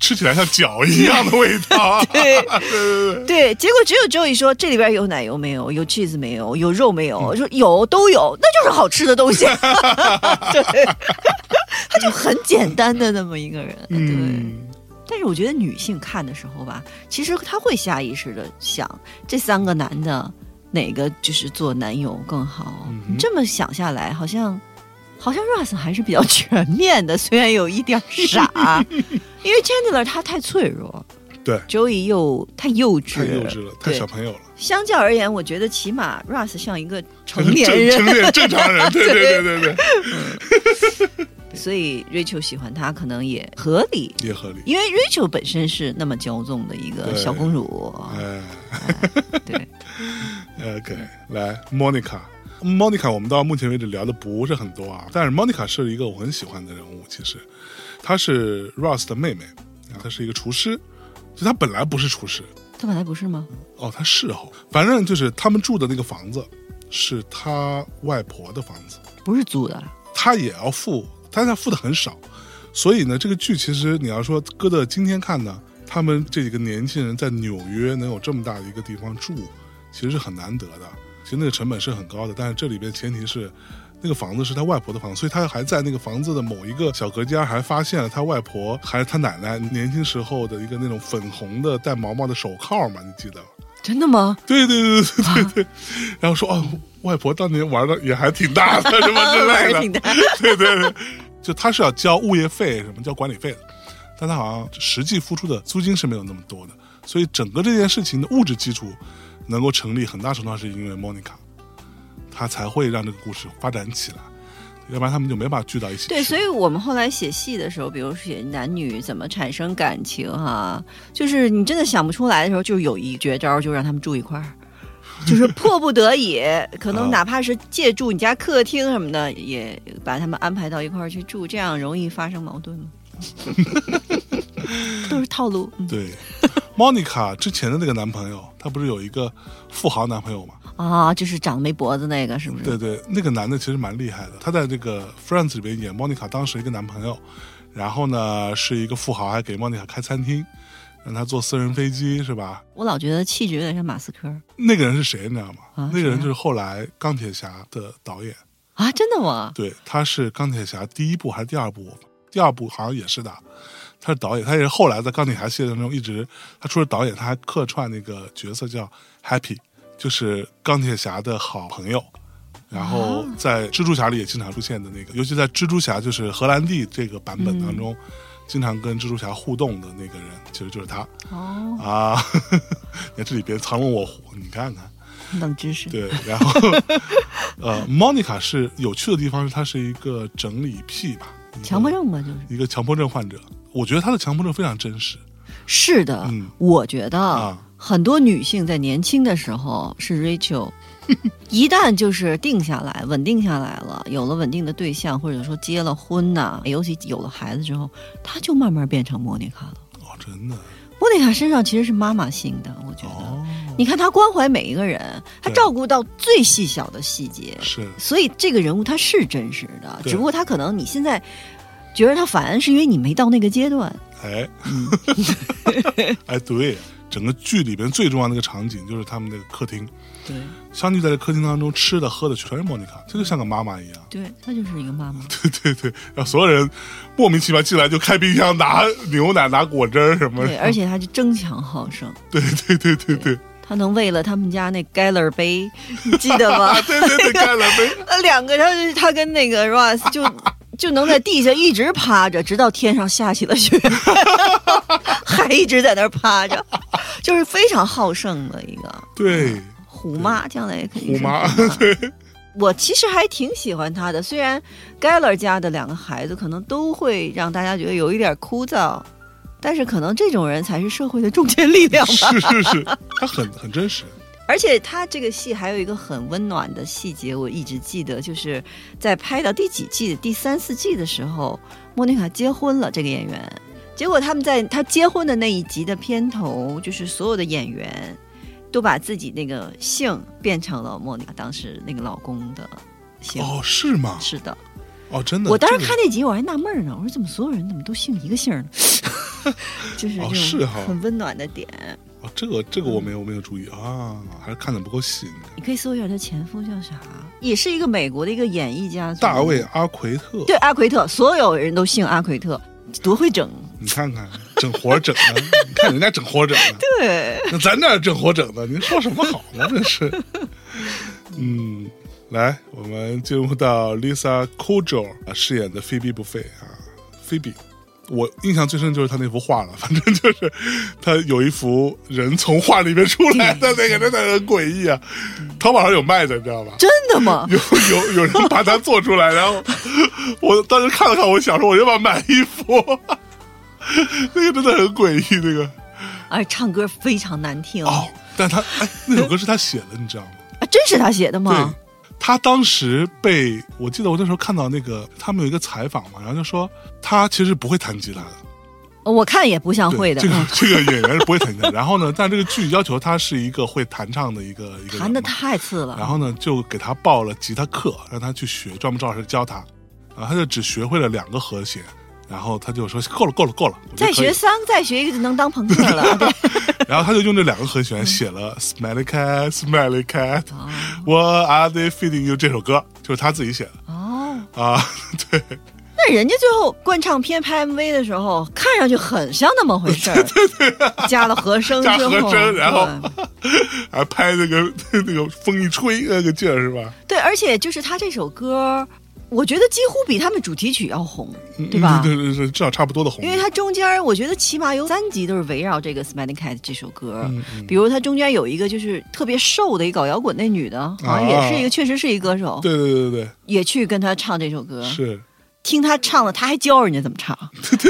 Speaker 2: 吃起来像脚一样的味道。啊
Speaker 1: 对
Speaker 2: 对对
Speaker 1: 对，结果只有 Joey 说这里边有奶油没有，有 cheese 没有，有肉没有，
Speaker 2: 嗯
Speaker 1: 说有都有，那就是好吃的东西。 对， 他就很简单的那么一个人。对，
Speaker 2: 嗯，
Speaker 1: 但是我觉得女性看的时候吧，其实她会下意识的想这三个男的哪个就是做男友更好。
Speaker 2: 嗯哼
Speaker 1: 你这么想下来，好像好像 Russ 还是比较全面的，虽然有一点傻， 因为 Chandler 他太脆弱
Speaker 2: 对，
Speaker 1: ，Joey 又太幼稚，
Speaker 2: 太幼稚了，太
Speaker 1: 对
Speaker 2: 小朋友了，
Speaker 1: 相较而言，我觉得起码 Russ 像一个成年
Speaker 2: 正
Speaker 1: 人
Speaker 2: 成，年正常 人，对对对对对，
Speaker 1: 所以 Rachel 喜欢他可能也合理，
Speaker 2: 也合理。
Speaker 1: 因为 Rachel 本身是那么骄纵的一个
Speaker 2: 对
Speaker 1: 小公主，
Speaker 2: 哎
Speaker 1: 对，
Speaker 2: ，OK，来，Monica。Monica，我们到目前为止聊的不是很多啊，但是 Monica 是一个我很喜欢的人物。其实，她是 Ross 的妹妹，啊她是一个厨师，就她本来不是厨师，
Speaker 1: 她本来不是吗？
Speaker 2: 哦，她是哦，反正就是他们住的那个房子是她外婆的房子，
Speaker 1: 不是租的，
Speaker 2: 他也要付，但他付的很少，所以呢，这个剧其实你要说搁到今天看呢，他们这几个年轻人在纽约能有这么大的一个地方住，其实是很难得的。其实那个成本是很高的，但是这里边前提是，那个房子是他外婆的房子，所以他还在那个房子的某一个小隔间还发现了他外婆还是他奶奶年轻时候的一个那种粉红的带毛毛的手铐嘛，你记得吗？
Speaker 1: 真的吗？
Speaker 2: 对对对对对
Speaker 1: 啊
Speaker 2: 对，然后说哦，外婆当年玩的也还挺大的，什么之 类
Speaker 1: 还
Speaker 2: 的，
Speaker 1: 挺大，
Speaker 2: 对对对，就他是要交物业费，什么交管理费的，但他好像实际付出的租金是没有那么多的，所以整个这件事情的物质基础能够成立，很大程度上是因为 Monica，他才会让这个故事发展起来，要不然他们就没法聚到一起去。
Speaker 1: 对，所以我们后来写戏的时候，比如写男女怎么产生感情哈、就是你真的想不出来的时候，就有一绝招，就让他们住一块儿。就是迫不得已，可能
Speaker 2: 啊
Speaker 1: 哪怕是借住你家客厅什么的，也把他们安排到一块儿去住，这样容易发生矛盾吗？ 都是套路。嗯
Speaker 2: 对 Monica 之前的那个男朋友，他不是有一个富豪男朋友吗？
Speaker 1: 啊，就是长得没脖子那个，是不是？
Speaker 2: 对对，那个男的其实蛮厉害的，他在这个《Friends》里边演 Monica 当时一个男朋友，然后呢是一个富豪，还给 Monica 开餐厅，让他坐私人飞机，是吧？
Speaker 1: 我老觉得气质有点像马斯克
Speaker 2: 那个人是谁，你知道吗？
Speaker 1: 啊
Speaker 2: 那个
Speaker 1: 谁
Speaker 2: 人
Speaker 1: 啊
Speaker 2: 就是后来钢铁侠的导演，
Speaker 1: 啊，真的吗？
Speaker 2: 对，他是钢铁侠第一部还是第二部？第二部好像也是的，他是导演，他也是后来在钢铁侠系列当中一直，他除了导演，他还客串那个角色叫 Happy，就是钢铁侠的好朋友。然后在蜘蛛侠里也经常出现的那个，尤其在蜘蛛侠就是荷兰弟这个版本当中，经常跟蜘蛛侠互动的那个人，其实就是他
Speaker 1: 哦，
Speaker 2: 啊。 你看这里边藏龙卧虎，你看看。
Speaker 1: 冷知识。
Speaker 2: 对，然后呃，Monica 是有趣的地方是她是一个整理癖吧，一个
Speaker 1: 强迫，症吧，就是。
Speaker 2: 一个强迫症患者。我觉得她的强迫症非常真实
Speaker 1: 是的，
Speaker 2: 嗯
Speaker 1: 我觉得、
Speaker 2: 啊
Speaker 1: 很多女性在年轻的时候是 Rachel，一旦就是定下来、稳定下来了，有了稳定的对象，或者说结了婚呐、尤其有了孩子之后，她就慢慢变成莫妮卡了。
Speaker 2: 哦，真的
Speaker 1: 莫妮卡身上其实是妈妈性的，我觉得。
Speaker 2: 哦，
Speaker 1: 你看她关怀每一个人，她
Speaker 2: 对
Speaker 1: 照顾到最细小的细节，
Speaker 2: 是
Speaker 1: 所以这个人物他是真实的，
Speaker 2: 对
Speaker 1: 只不过他可能你现在觉得他烦，是因为你没到那个阶段。
Speaker 2: 哎，哎，对，整个剧里边最重要的一个场景就是他们那个客厅，
Speaker 1: 对，
Speaker 2: 相聚在这客厅当中，吃的喝的全是 Monica，这就像个妈妈一样。
Speaker 1: 对，她就是一个妈妈。
Speaker 2: 对对对，然后所有人莫名其妙进来就开冰箱拿牛奶、拿果汁儿什么的。
Speaker 1: 对，而且他就争强好胜，
Speaker 2: 对对对对对，
Speaker 1: 他能为了他们家那 Geller 杯，你记得吗
Speaker 2: 啊，？ 对对对，干了杯。
Speaker 1: 呃，两个他他跟那个 Ross 就就能在地下一直趴着，直到天上下起了雪， 还一直在那儿趴着，就是非常好胜的一个
Speaker 2: 对，
Speaker 1: 虎妈，将来也可以
Speaker 2: 虎
Speaker 1: 是
Speaker 2: 妈
Speaker 1: 虎妈我其实还挺喜欢他的，虽然 Geller 家的两个孩子可能都会让大家觉得有一点枯燥，但是可能这种人才是社会的中坚力 量吧。
Speaker 2: 是是是，他很很真实，
Speaker 1: 而且他这个戏还有一个很温暖的细节，我一直记得，就是在拍到第几季、第三四季的时候，莫妮卡结婚了，这个演员。结果他们在他结婚的那一集的片头，就是所有的演员都把自己那个姓变成了莫妮卡当时那个老公的姓。
Speaker 2: 哦，是吗？
Speaker 1: 是的，
Speaker 2: 哦，真的，
Speaker 1: 我当时
Speaker 2: 这个
Speaker 1: 看那集我还纳闷呢，我说怎么所有人怎么都姓一个姓呢？ 就是
Speaker 2: 哦
Speaker 1: 这
Speaker 2: 是
Speaker 1: 种
Speaker 2: 哈
Speaker 1: 很温暖的点。
Speaker 2: 哦，这个这个我没有没有注意啊，还是看的不够细。你看
Speaker 1: 你可以搜一下他前夫叫啥，也是一个美国的一个演艺家族，
Speaker 2: 大卫啊阿奎特，
Speaker 1: 对阿奎特，所有人都姓阿奎特，多会整。
Speaker 2: 你看看整活儿整的， 你看人家整活儿整的，
Speaker 1: 对，
Speaker 2: 那咱这儿整活儿整的，您说什么好呢？真是，嗯，来，我们进入到 Lisa Kudrow 啊饰演的菲比不菲啊，菲比。我印象最深就是她那幅画了，反正就是她有一幅人从画里面出来的那个，真的很诡异啊！淘宝上有卖的，你知道吧？
Speaker 1: 真的 吗？
Speaker 2: 有有有人把它做出来，然后我当时看了看，我想说我要不要买一幅？那个真的很诡异，那个
Speaker 1: 而唱歌非常难听、
Speaker 2: 哦，但他哎，那首歌是他写的，你知道吗？
Speaker 1: 啊，真是他写的吗？
Speaker 2: 对，他当时被我记得我那时候看到那个他们有一个采访嘛，然后就说他其实不会弹吉他的，
Speaker 1: 我看也不像
Speaker 2: 对
Speaker 1: 会的，
Speaker 2: 这个
Speaker 1: 嗯
Speaker 2: 这个演员是不会弹吉他的。然后呢，但这个剧要求他是一个会弹唱的一个一个人
Speaker 1: 弹的
Speaker 2: 嘛
Speaker 1: 太次了。
Speaker 2: 然后呢，就给他报了吉他课，让他去学，专门赵老师教他。啊，他就只学会了两个和弦，然后他就说够了，够了，够了，我
Speaker 1: 再
Speaker 2: 觉得可以
Speaker 1: 学三，再学一个就能当朋克了。对
Speaker 2: 然后他就用这两个和弦写了《Smelly Cat》，《Smelly Cat》
Speaker 1: 哦
Speaker 2: ，What Are They Feeding You？这首歌就是他自己写的
Speaker 1: 哦，
Speaker 2: 啊，对，
Speaker 1: 那人家最后灌唱片拍 MV 的时候，看上去很像那么回事儿，加了和声
Speaker 2: 加
Speaker 1: 之
Speaker 2: 和
Speaker 1: 后，
Speaker 2: 声，然后
Speaker 1: 对
Speaker 2: 还拍那个 那个风一吹那个劲儿是吧？
Speaker 1: 对，而且就是他这首歌，我觉得几乎比他们主题曲要红，对吧？
Speaker 2: 嗯对对对，至少差不多的红
Speaker 1: 因。为它中间儿，我觉得起码有三集都是围绕这个《Smelling Cat》这首歌。
Speaker 2: 嗯
Speaker 1: 比如它中间有一个就是特别瘦的一搞摇滚那女的，好像也是一个，确实是一歌手，
Speaker 2: 啊对对对对
Speaker 1: 也去跟她唱这首歌
Speaker 2: 对，。是
Speaker 1: 听她唱了，她还教人家怎么 唱，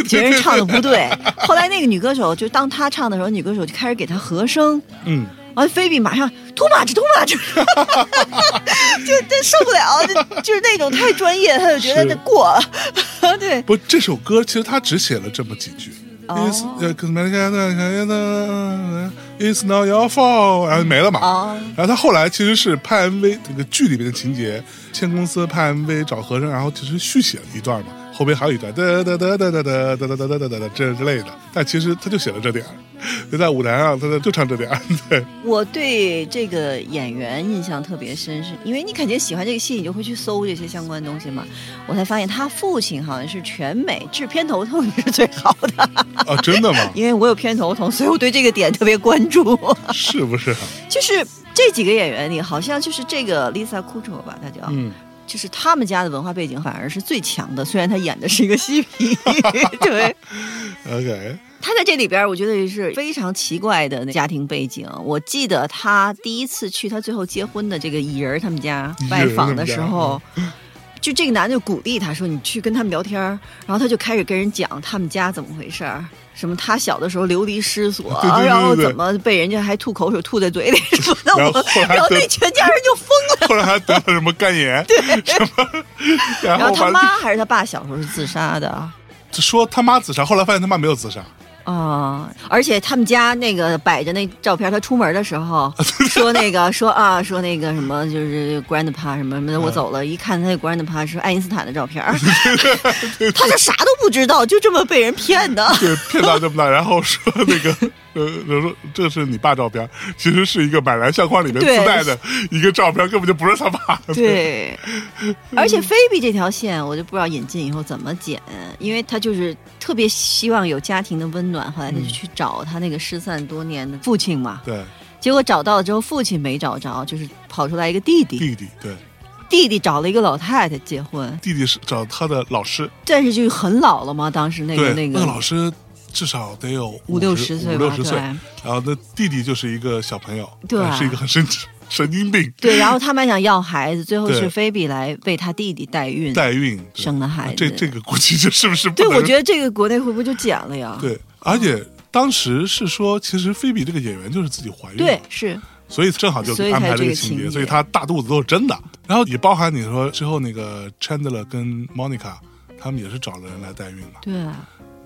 Speaker 1: 觉得人唱的不对。后来那个女歌手就当她唱的时候，女歌手就开始给她和声，
Speaker 2: 嗯，
Speaker 1: 完菲比马上吐马子吐马子， 就真受不了，就就是那种太专业，她就觉得
Speaker 2: 是
Speaker 1: 那过 了。对，
Speaker 2: 不，这首歌其实他只写了这么几句。
Speaker 1: 哦
Speaker 2: It's 呃，Smelly Cat It's not your fault，然后没了嘛。
Speaker 1: 啊，
Speaker 2: 然后他后来其实是拍 MV 这个剧里面的情节，签公司拍 MV 找和声，然后其实续写了一段嘛，后边还有一段哒哒哒哒哒哒哒哒哒哒哒哒哒这之类的，但其实他就写了这点儿，就在舞台上他就唱这点儿，对，
Speaker 1: 我对这个演员印象特别深，是因为你肯定喜欢这个戏，你就会去搜这些相关东西嘛。我才发现他父亲好像是全美治偏头痛是最好的， ？
Speaker 2: 啊，真的吗
Speaker 1: 因为我有偏头痛，所以我对这个点特别关注。
Speaker 2: 是不是啊？
Speaker 1: 就是这几个演员里，好像就是这个 Lisa Kudrow 吧，她叫，
Speaker 2: 嗯，
Speaker 1: 就是他们家的文化背景反而是最强的，虽然她演的是一个嬉皮， 对。
Speaker 2: ，OK，
Speaker 1: 他在这里边儿，我觉得也是非常奇怪的家庭背景。我记得他第一次去他最后结婚的这个蚁人他们家
Speaker 2: 蚁人
Speaker 1: 拜访的
Speaker 2: 嗯
Speaker 1: 时候，就这个男的就鼓励他说：“你去跟他们聊天儿。”然后他就开始跟人讲他们家怎么回事儿，什么他小的时候流离失所，
Speaker 2: 对对对对
Speaker 1: 然后怎么被人家还吐口水吐在 嘴里什么的。
Speaker 2: 然后
Speaker 1: 我
Speaker 2: 后来
Speaker 1: 然后
Speaker 2: 得
Speaker 1: 那全家人就疯了。
Speaker 2: 后来还得了什么肝炎，什 么，然
Speaker 1: 然
Speaker 2: 后
Speaker 1: 后他
Speaker 2: 完
Speaker 1: 妈还是他爸小时候是自杀的。
Speaker 2: 说他妈自杀，后来发现他妈没有自杀，
Speaker 1: 啊、而且他们家那个摆着那照片，他出门的时候说那个说啊说那个什么就是 grandpa 什么什么的，我走了，一看他那 grandpa 是爱因斯坦的照片儿，他就啥都不知道，就这么被人骗的。
Speaker 2: 对，骗到这么大，然后说那个，呃，我说这是你爸照片，其实是一个买来相框里面
Speaker 1: 对
Speaker 2: 自带的一个照片，根本就不是他爸。，
Speaker 1: 对，而且菲比这条线我就不知道引进以后怎么剪，因为他就是特别希望有家庭的温暖，后来他就去找他那个失散多年的父亲嘛，
Speaker 2: 对，
Speaker 1: 结果找到了之后，父亲没找着，就是跑出来一个弟弟。
Speaker 2: 弟弟，对，
Speaker 1: 弟弟找了一个老太太结婚，
Speaker 2: 弟弟是找他的老师，
Speaker 1: 但是就很老了嘛，当时那个
Speaker 2: 对，
Speaker 1: 那
Speaker 2: 那
Speaker 1: 个
Speaker 2: 老师至少得有
Speaker 1: 五六十岁
Speaker 2: 五
Speaker 1: 吧，
Speaker 2: 六十岁，
Speaker 1: 对
Speaker 2: 然后那弟弟就是一个小朋友，
Speaker 1: 对啊
Speaker 2: 呃是一个很神经神经病，
Speaker 1: 对，然后他们还想要孩子，最后
Speaker 2: 对
Speaker 1: 是菲比来为他弟弟代孕
Speaker 2: 代孕对啊
Speaker 1: 生的孩子。
Speaker 2: 这这个估计就是不是不
Speaker 1: 对，
Speaker 2: 能？
Speaker 1: 我觉得这个国内会不会就剪了呀？
Speaker 2: 对，而且当时是说，其实菲比这个演员就是自己怀孕，
Speaker 1: 对，是
Speaker 2: 所以正好就
Speaker 1: 所以
Speaker 2: 安
Speaker 1: 才这
Speaker 2: 排这
Speaker 1: 个
Speaker 2: 个情
Speaker 1: 情
Speaker 2: 节，
Speaker 1: 节
Speaker 2: 所以他大肚子都是真的。然后也包含你说之后那个 Chandler 跟 Monica，他们也是找了人来代孕嘛，
Speaker 1: 对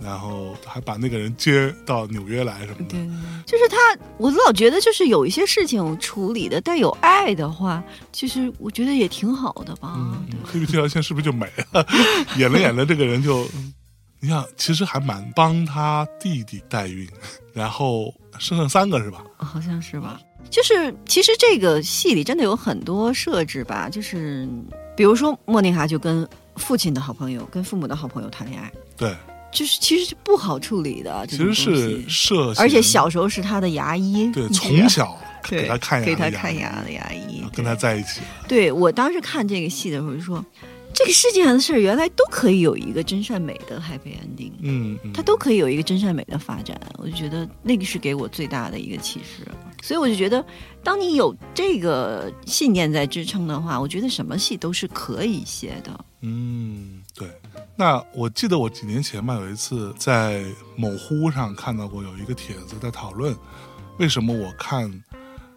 Speaker 2: 然后还把那个人接到纽约来什么的。
Speaker 1: 对，就是他，我老觉得就是有一些事情处理的带有爱的话，其实我觉得也挺好的吧。对
Speaker 2: 嗯，黑皮这条线是不是就没了？演着演着，这个人就，你想，其实还蛮帮他弟弟代孕，然后生了三个是吧？
Speaker 1: 好像是吧。就是其实这个戏里真的有很多设置吧，就是比如说莫妮卡就跟父亲的好朋友、跟父母的好朋友谈恋爱，
Speaker 2: 对，
Speaker 1: 就是其实是不好处理的，
Speaker 2: 其
Speaker 1: 这
Speaker 2: 实
Speaker 1: 种东
Speaker 2: 是
Speaker 1: 西
Speaker 2: 涉，
Speaker 1: 而且小时候是他的牙医，
Speaker 2: 对
Speaker 1: 你觉得
Speaker 2: 从小给他看牙的
Speaker 1: 啊给
Speaker 2: 牙医，啊
Speaker 1: 他看牙的牙医。
Speaker 2: 跟他在一起，
Speaker 1: 对我当时看这个戏的时候就说，这个世界上的事儿原来都可以有一个真善美的 happy ending，
Speaker 2: 嗯，嗯
Speaker 1: 它都可以有一个真善美的发展。我就觉得那个是给我最大的一个启示，所以我就觉得，当你有这个信念在支撑的话，我觉得什么戏都是可以写的。
Speaker 2: 嗯，对。那我记得我几年前吧，有一次在某乎上看到过有一个帖子在讨论，为什么我看《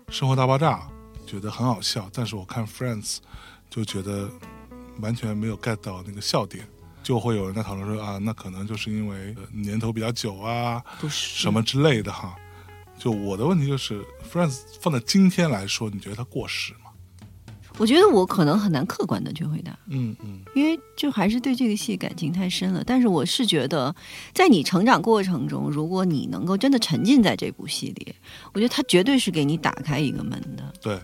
Speaker 2: 生活大爆炸》觉得很好笑，但是我看《Friends》就觉得完全没有 get 到那个笑点，就会有人在讨论说啊，那可能就是因为呃年头比较久啊，
Speaker 1: 不是
Speaker 2: 什么之类的哈。就我的问题就是，《Friends》放在今天来说，你觉得它过时吗？
Speaker 1: 我觉得我可能很难客观的去回答，
Speaker 2: 嗯嗯
Speaker 1: 因为就还是对这个戏感情太深了。但是我是觉得，在你成长过程中，如果你能够真的沉浸在这部戏里，我觉得它绝对是给你打开一个门的。
Speaker 2: 对，嗯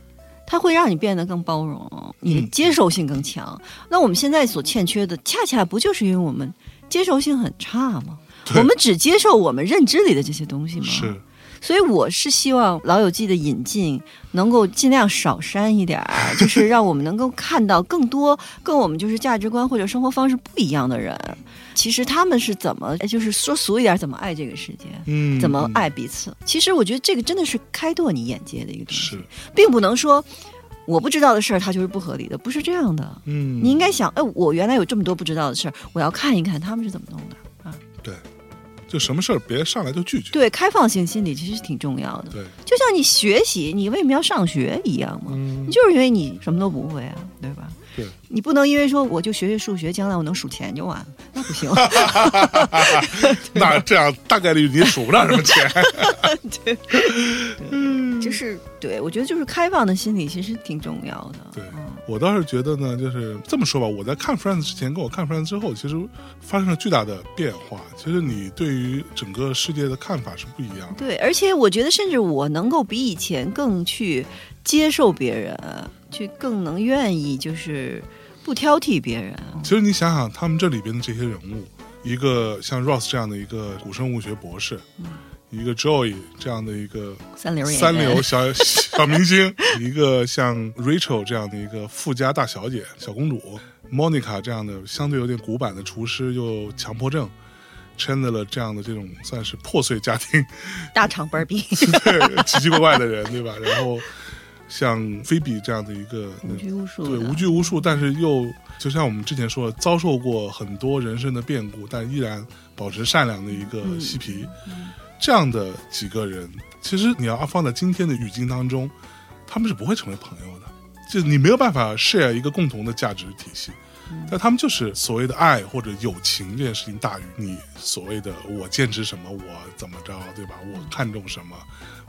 Speaker 1: 它会让你变得更包容，你的接受性更强。那我们现在所欠缺的，恰恰不就是因为我们接受性很差吗？
Speaker 2: 对
Speaker 1: 我们只接受我们认知里的这些东西吗？
Speaker 2: 是，
Speaker 1: 所以我是希望《老友记》的引进能够尽量少删一点儿， 就是让我们能够看到更多跟我们就是价值观或者生活方式不一样的人，其实他们是怎么，哎就是说俗一点，怎么爱这个世界。
Speaker 2: 嗯，
Speaker 1: 怎么
Speaker 2: 嗯
Speaker 1: 爱彼此？其实我觉得这个真的是开拓你眼界的一个东西，
Speaker 2: 是，
Speaker 1: 并不能说我不知道的事儿它就是不合理的，不是这样的。
Speaker 2: 嗯，
Speaker 1: 你应该想，哎，我原来有这么多不知道的事儿，我要看一看他们是怎么弄的。
Speaker 2: 就什么事儿别上来就拒绝。
Speaker 1: 对，开放性心理其实挺重要的。
Speaker 2: 对，
Speaker 1: 就像你学习，你为什么要上学一样嘛？
Speaker 2: 嗯
Speaker 1: 你，就是因为你什么都不会啊，对吧？
Speaker 2: 对，
Speaker 1: 你不能因为说我就学学数学，将来我能数钱就完了，那不 行。
Speaker 2: 那这样大概率你数不上什么钱。
Speaker 1: 对，对就是对我觉得就是开放的心理其实挺重要的。
Speaker 2: 对
Speaker 1: 嗯
Speaker 2: 我倒是觉得呢，就是这么说吧，我在看 Friends 之前，跟我看 Friends 之后，其实发生了巨大的变化。其实你对于整个世界的看法是不一样的。
Speaker 1: 对，而且我觉得，甚至我能够比以前更去接受别人，去更能愿意，就是不挑剔别人。
Speaker 2: 其实你想想，他们这里边的这些人物，一个像 Ross 这样的一个古生物学博士，一个 Joey 这样的一个
Speaker 1: 三流演员
Speaker 2: 三流小小明星，一个像 Rachel 这样的一个富家大小姐、小公主，Monica 这样的相对有点古板的厨师又强迫症，Chandler 这样的这种算是破碎家庭、
Speaker 1: 大厂班儿逼，
Speaker 2: 对奇奇怪怪的人，对吧？然后像菲比这样的一个
Speaker 1: 无拘无束
Speaker 2: 对
Speaker 1: 的
Speaker 2: 无拘无束，但是又就像我们之前说的，遭受过很多人生的变故，但依然保持善良的一个嬉皮，这样的几个人，其实你要放在今天的语境当中，他们是不会成为朋友的，就你没有办法 share 一个共同的价值体系。但他们就是所谓的爱或者友情这件事情大于你所谓的我坚持什么，我怎么着，对吧？我看重什么，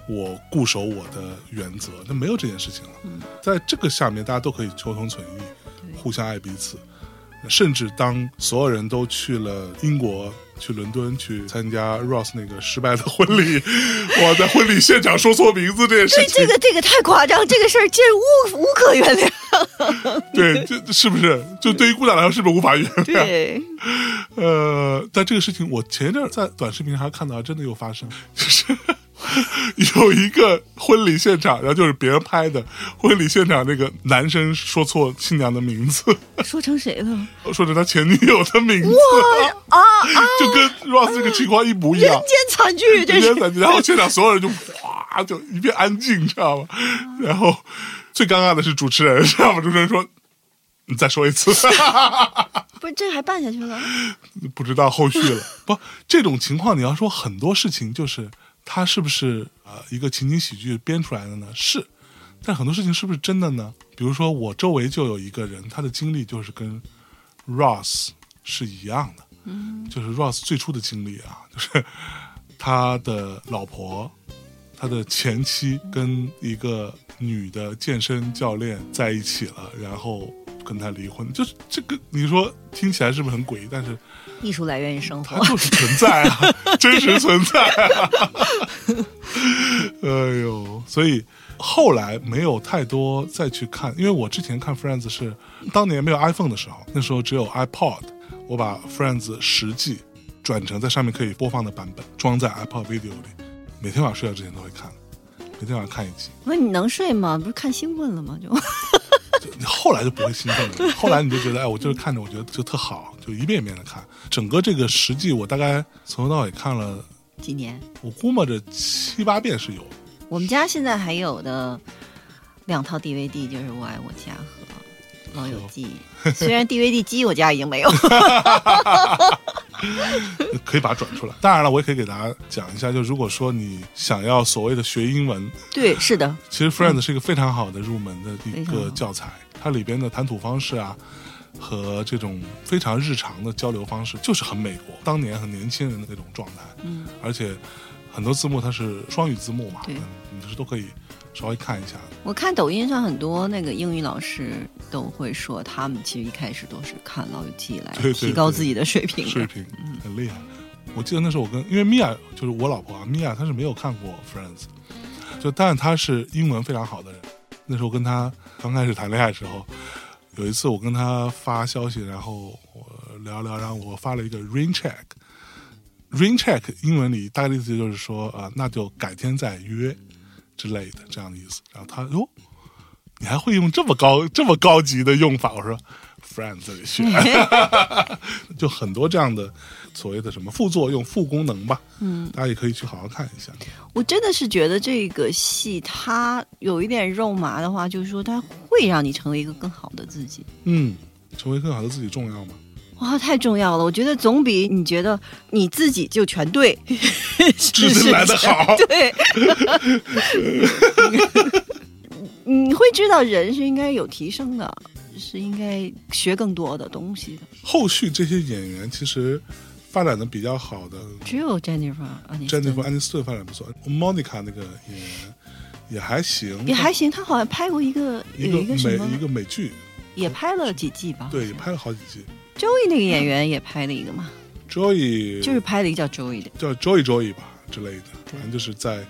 Speaker 2: 我固守我的原则，那没有这件事情了。在这个下面，大家都可以求同存异，互相爱彼此。甚至当所有人都去了英国，去伦敦去参加 Ross 那个失败的婚礼， 我在婚礼现场说错名字这件事
Speaker 1: 对这，
Speaker 2: 情
Speaker 1: 个这个太夸张，这个事儿这无无可原谅。
Speaker 2: 对，这是不是就对于姑娘来说是不是无法原谅？
Speaker 1: 对，
Speaker 2: 呃，但这个事情我前一阵儿在短视频上看到，还真的有发生， 就是有一个婚礼现场，然后就是别人拍的婚礼现场，那个男生说错新娘的名字，
Speaker 1: 说成谁了？
Speaker 2: 说成他前女友的名字，
Speaker 1: 啊啊！
Speaker 2: 就跟 Ross 这个情况一模一
Speaker 1: 人
Speaker 2: 样
Speaker 1: 间。惨哦剧，这
Speaker 2: 直接
Speaker 1: 是
Speaker 2: 在然后现场所有人就哗就一片安静，你知道吗？然后最尴尬的是主持人，知道吗？主持人说：“你再说一次。”
Speaker 1: 不是这个还办下去了？
Speaker 2: 不知道后续了。 不，这种情况你要说很多事情，就是它是不是呃一个情景喜剧编出来的呢？是，但很多事情是不是真的呢？比如说我周围就有一个人，他的经历就是跟 Ross 是一样的，就是 Ross 最初的经历啊， 就是他的老婆。他的前妻跟一个女的健身教练在一起了，然后跟他离婚，就是这个，你说听起来是不是很诡异？但是
Speaker 1: 艺术来源于生
Speaker 2: 它
Speaker 1: 活，
Speaker 2: 就是存在啊，真实存在啊。哎呦，所以后来没有太多再去看，因为我之前看 Friends 是当年没有 iPhone 的时候，那时候只有 iPod，我把 Friends 十季转成在上面可以播放的版本，装在 iPod Video 里，每天晚上睡觉之前都会看。每天晚上看一集。
Speaker 1: 那你能睡吗？不是看兴奋了吗？就
Speaker 2: 你后来就不会兴奋了，后来你就觉得，哎，我就是看着，我觉得就特好，就一遍一遍的看。整个这个实际，我大概从头到尾看了，
Speaker 1: 几年。
Speaker 2: 我估摸着七八遍是有。
Speaker 1: 我们家现在还有的两套 DVD 就是《我爱我家》和《老友记》， 虽然 DVD 机我家已经没有。
Speaker 2: 可以把它转出来。当然了，我也可以给大家讲一下，就如果说你想要所谓的学英文，
Speaker 1: 对，是的，
Speaker 2: 其实 Friends 是一个非常好的入门的一
Speaker 1: 嗯非常好
Speaker 2: 个教材，它里边的谈吐方式啊。和这种非常日常的交流方式，就是很美国当年很年轻人的那种状态，
Speaker 1: 嗯，
Speaker 2: 而且很多字幕它是双语字幕嘛，嗯
Speaker 1: 对
Speaker 2: 你是都可以稍微看一下。
Speaker 1: 我看抖音上很多那个英语老师都会说，他们其实一开始都是看《老友记》来
Speaker 2: 对对
Speaker 1: 提高自己的水平的。
Speaker 2: 水平很厉害。我记得那时候我跟因为米娅就是我老婆啊，米娅她是没有看过 Friends，就但她是英文非常好的人。那时候跟她刚开始谈恋爱的时候，有一次我跟她发消息，然后我聊聊，然后我发了一个 rain check。rain check 英文里大概的意思就是说啊、那就改天再约之类的这样的意思。然后她哟，你还会用这么高这么高级的用法？我说 friends 里学。就很多这样的所谓的什么副作用、副功能吧，嗯，大家也可以去好好看一下。
Speaker 1: 我真的是觉得这个戏它有一点肉麻的话，就是说它会让你成为一个更好的自己。
Speaker 2: 嗯，成为更好的自己重要吗？
Speaker 1: 哇，太重要了！我觉得总比你觉得你自己就全对，
Speaker 2: 至
Speaker 1: 是
Speaker 2: 尊来得好
Speaker 1: 对， 你会知道人是应该有提升的，是应该学更多的东西的。
Speaker 2: 后续这些演员其实发展的比较好的
Speaker 1: 只有 Jennifer 啊，你
Speaker 2: ，Jennifer Aniston 发展不错，Monica 那个演员也还行，
Speaker 1: 也还行，他好像拍过一个
Speaker 2: 一
Speaker 1: 有
Speaker 2: 个
Speaker 1: 一个什么
Speaker 2: 美一个美剧，
Speaker 1: 也拍了几季吧？
Speaker 2: 对，也拍了好几季。
Speaker 1: Joey 那个演员也拍了一个嘛，
Speaker 2: Joey
Speaker 1: 就是拍了一个叫 Joey 的，
Speaker 2: 叫 Joey Joey 吧之类的，
Speaker 1: 对
Speaker 2: 反正就是在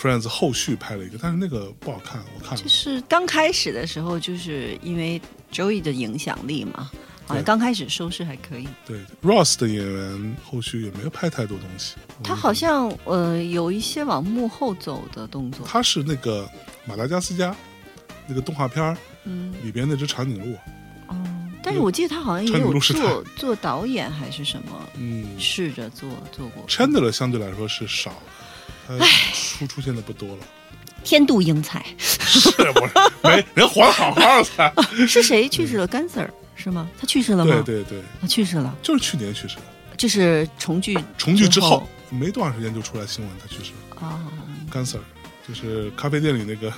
Speaker 2: Friends 后续拍了一个，但是那个不好看，我看了
Speaker 1: 就。是刚开始的时候，就是因为 Joey 的影响力嘛，好像
Speaker 2: 对嗯
Speaker 1: 刚开始收视还可以。
Speaker 2: 对，Ross 的演员后续也没有拍太多东西。
Speaker 1: 他
Speaker 2: 我
Speaker 1: 好像呃有一些往幕后走的动作，
Speaker 2: 他是那个马达加斯加那个动画片儿
Speaker 1: 嗯，
Speaker 2: 里边那只长颈鹿，
Speaker 1: 哦，但是我记得他好像也
Speaker 2: 川久
Speaker 1: 有
Speaker 2: 露是
Speaker 1: 做做导演还是什么，
Speaker 2: 嗯
Speaker 1: 试着做做过。
Speaker 2: ，Chandler 相对来说是少的，他出出现的不多了，
Speaker 1: 天妒英才
Speaker 2: 是不是？没人活得好好 的，
Speaker 1: 是谁去世了？甘 Sir 是吗？他去世了吗？
Speaker 2: 对对对，
Speaker 1: 啊去世了，
Speaker 2: 就是去年去世的，
Speaker 1: 这是重聚
Speaker 2: 重聚之
Speaker 1: 哦
Speaker 2: 后没多长时间就出来新闻他去世了，
Speaker 1: 啊。
Speaker 2: 甘 Sir 就是咖啡店里那个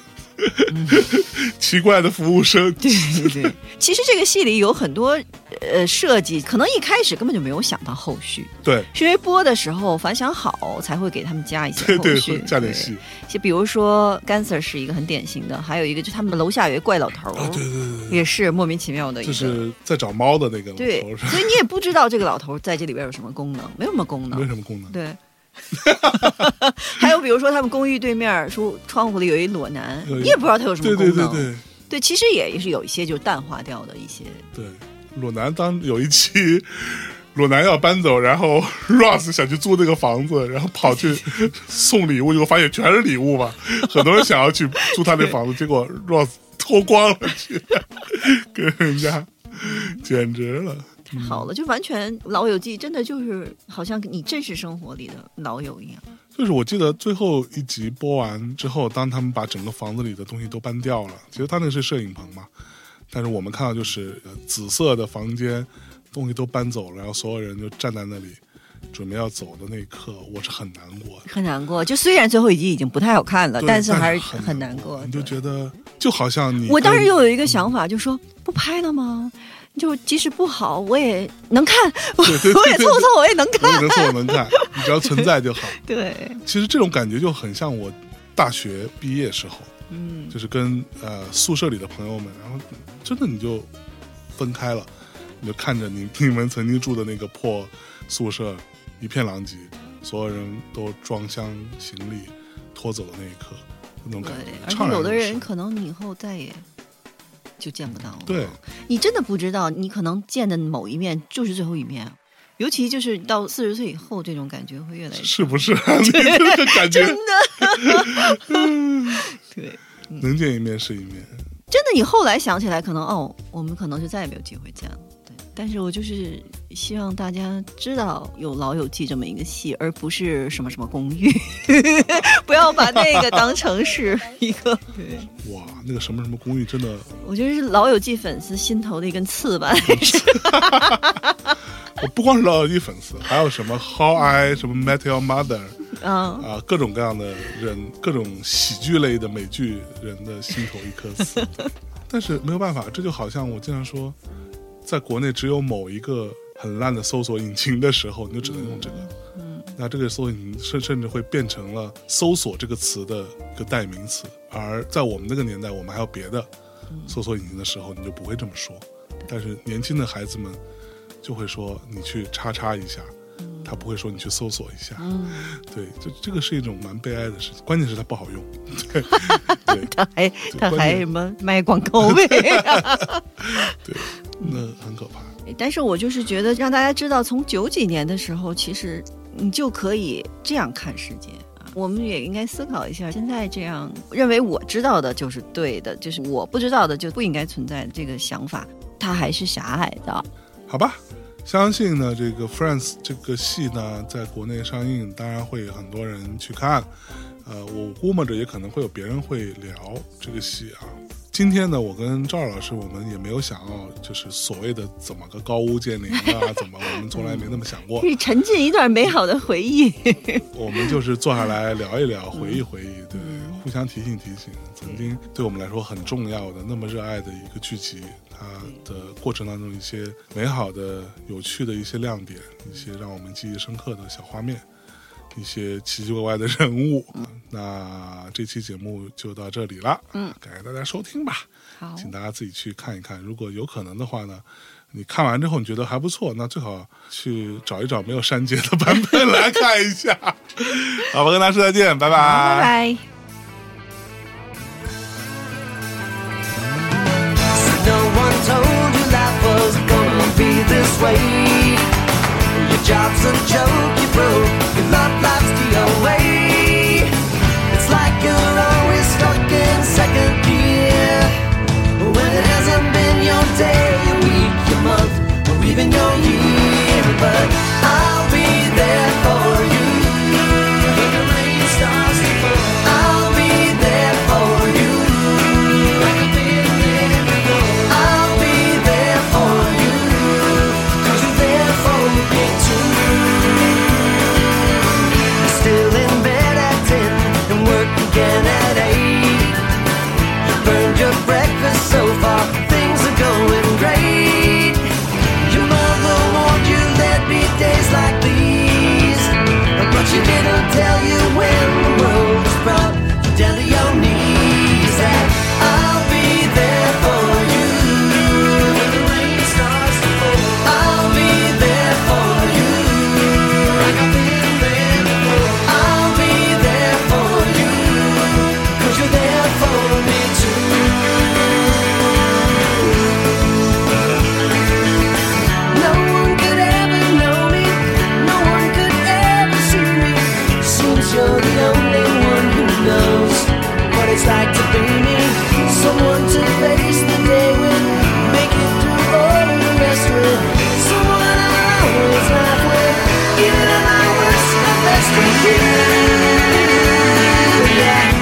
Speaker 1: 嗯
Speaker 2: 奇怪的服务 生，
Speaker 1: 对对对，其实这个戏里有很多呃设计，可能一开始根本就没有想到后续，
Speaker 2: 对
Speaker 1: 是因为播的时候反响好才会给他们加一些
Speaker 2: 对
Speaker 1: 后
Speaker 2: 对，
Speaker 1: 续，
Speaker 2: 会加
Speaker 1: 对
Speaker 2: 点戏
Speaker 1: 就比如说 Ganser 是一个很典型的，还有一个就他们楼下有一怪老头儿，
Speaker 2: 啊，对对对对。
Speaker 1: 也是莫名其妙的一
Speaker 2: 就
Speaker 1: 个。
Speaker 2: 是在找猫的那个
Speaker 1: 对
Speaker 2: 头，上，
Speaker 1: 所以你也不知道这个老头儿在这里边有什么功能，没有什么功
Speaker 2: 没
Speaker 1: 能。
Speaker 2: 什么功能。
Speaker 1: 对。 还有比如说，他们公寓对面儿说窗户里有一裸男，
Speaker 2: 有一
Speaker 1: 你也不知道他有什么
Speaker 2: 对
Speaker 1: 功
Speaker 2: 对
Speaker 1: 能。
Speaker 2: 对对
Speaker 1: 对其实也是有一些就淡化掉的一些。
Speaker 2: 对，裸男当有一期， 裸男要搬走，然后 Ross 想去租那个房子，然后跑去 送礼物，结果发现全是礼物嘛， 很多人想要去租他那房子，结果 Ross 脱光了去 跟人家，简直了。
Speaker 1: 太好了，就完全老友记，真的就是好像你真实生活里的老友一样。
Speaker 2: 就是我记得最后一集播完之后，当他们把整个房子里的东西都搬掉了，其实他那个是摄影棚嘛，但是我们看到就是呃紫色的房间，东西都搬走了，然后所有人就站在那里，准备要走的那一刻，我是很难过的。
Speaker 1: 很难过，就虽然最后一集已经不太好看了，
Speaker 2: 对
Speaker 1: 呃但是还是
Speaker 2: 很
Speaker 1: 很
Speaker 2: 难
Speaker 1: 难过。
Speaker 2: 你就
Speaker 1: 对
Speaker 2: 觉得就好像你嗯
Speaker 1: 我当时
Speaker 2: 跟
Speaker 1: 又有一个想法，就说不拍了吗？就即使不好，我也能 看，我
Speaker 2: 对对对
Speaker 1: 我也凑凑，我也能
Speaker 2: 我
Speaker 1: 看。
Speaker 2: 能做我能看，你只要存在就好。
Speaker 1: 对，
Speaker 2: 其实这种感觉就很像我大学毕业时候，
Speaker 1: 嗯，
Speaker 2: 就是跟呃宿舍里的朋友们，然后真的你就分开了，你就看着你你们曾经住的那个破宿舍一片狼藉，所有人都装箱行李拖走的那一刻，那种
Speaker 1: 对
Speaker 2: 嗯感觉。。
Speaker 1: 而且
Speaker 2: 怅然
Speaker 1: 有的
Speaker 2: 若
Speaker 1: 人
Speaker 2: 失
Speaker 1: 可能你以后再也就见不到了。
Speaker 2: 对，
Speaker 1: 你真的不知道，你可能见的某一面就是最后一面。尤其就是到四十岁以后，这种感觉会越来越
Speaker 2: 是 不是？你这个感觉
Speaker 1: 真的，对，
Speaker 2: 能见一面是一面，
Speaker 1: 真的，你后来想起来，可能哦，我们可能就再也没有机会见了。对，但是我就是希望大家知道有《老友记》这么一个戏，而不是什么什么公寓，不要把那个当成是一个。对，
Speaker 2: 哇，那个什么什么公寓真的，
Speaker 1: 我觉得是《老友记》粉丝心头的一根刺吧，是
Speaker 2: 我不光是老友记粉丝，还有什么 How I 什么 Met Your Mother
Speaker 1: 啊，
Speaker 2: 啊，各种各样的人，各种喜剧类的美剧人的心头一颗刺。但是没有办法，这就好像我经常说，在国内只有某一个很烂的搜索引擎的时候，你就只能用这个。那这个搜索引擎甚甚至会变成了搜索这个词的一个代名词，而在我们那个年代，我们还有别的搜索引擎的时候，你就不会这么说。但是年轻的孩子们就会说你去叉叉一下，他不会说你去搜索一下。
Speaker 1: 嗯
Speaker 2: 对，就这个是一种蛮悲哀的事情，关键是它不好用。对，对，
Speaker 1: 他还他
Speaker 2: 关
Speaker 1: 还
Speaker 2: 键
Speaker 1: 什么卖广告位。
Speaker 2: 对，那很可怕。
Speaker 1: 但是我就是觉得让大家知道，从九几年的时候，其实你就可以这样看世界。啊。我们也应该思考一下，现在这样认为我知道的就是对的，就是我不知道的就不应该存在的这个想法，它还是狭隘的。
Speaker 2: 好吧，相信呢，这个《Friends》这个戏呢，在国内上映，当然会有很多人去看。呃，我估摸着也可能会有别人会聊这个戏啊。今天呢，我跟赵老师，我们也没有想要，就是所谓的怎么个高屋建瓴啊，怎么我们从来没那么想过。
Speaker 1: 是沉浸一段美好的回忆。
Speaker 2: 我们就是坐下来聊一聊，回忆回忆，对，互相提醒提醒，曾经对我们来说很重要的、那么热爱的一个剧集，它的过程当中一些美好的、有趣的一些亮点，一些让我们记忆深刻的小画面，一些奇奇怪怪的人物。那这期节目就到这里了，
Speaker 1: 嗯，
Speaker 2: 感谢大家收听吧，
Speaker 1: 好
Speaker 2: 请大家自己去看一看，如果有可能的话呢。你看完之后你觉得还不错，那最好去找一找没有删节的版本来看一 下。好，我跟大家说再见，拜拜。
Speaker 1: 拜拜。
Speaker 3: No one told you life was gonna be this way. Your job's a joke, you broke, your love life's the away. It's like you're always stuck in second gear. When it hasn't been your day, your week, your month, or even your year. But I'll be there for you. When the rain starts to fall, I'll be there for you. Like I've been there before. I'll be there for you. 'Cause you're there for me too. Still in bed at 10 and work again at 8. You burned your breakfast so far, things are going great. Your mother warned you there'd be days like these. But she didn't tell you when the world was brought you down to your knees. And I'll be there for you. When the rain starts to fall, I'll be there for you. Like I've been there before. I'll be there for you. Cause you're there for me too. No one could ever know me. No one could ever see me. Seems you're the only one who knows what it's like to be me. Someone to face the day with, make it through all the rest with. Someone I always laugh with, even at my worst, my best with you. Yeah.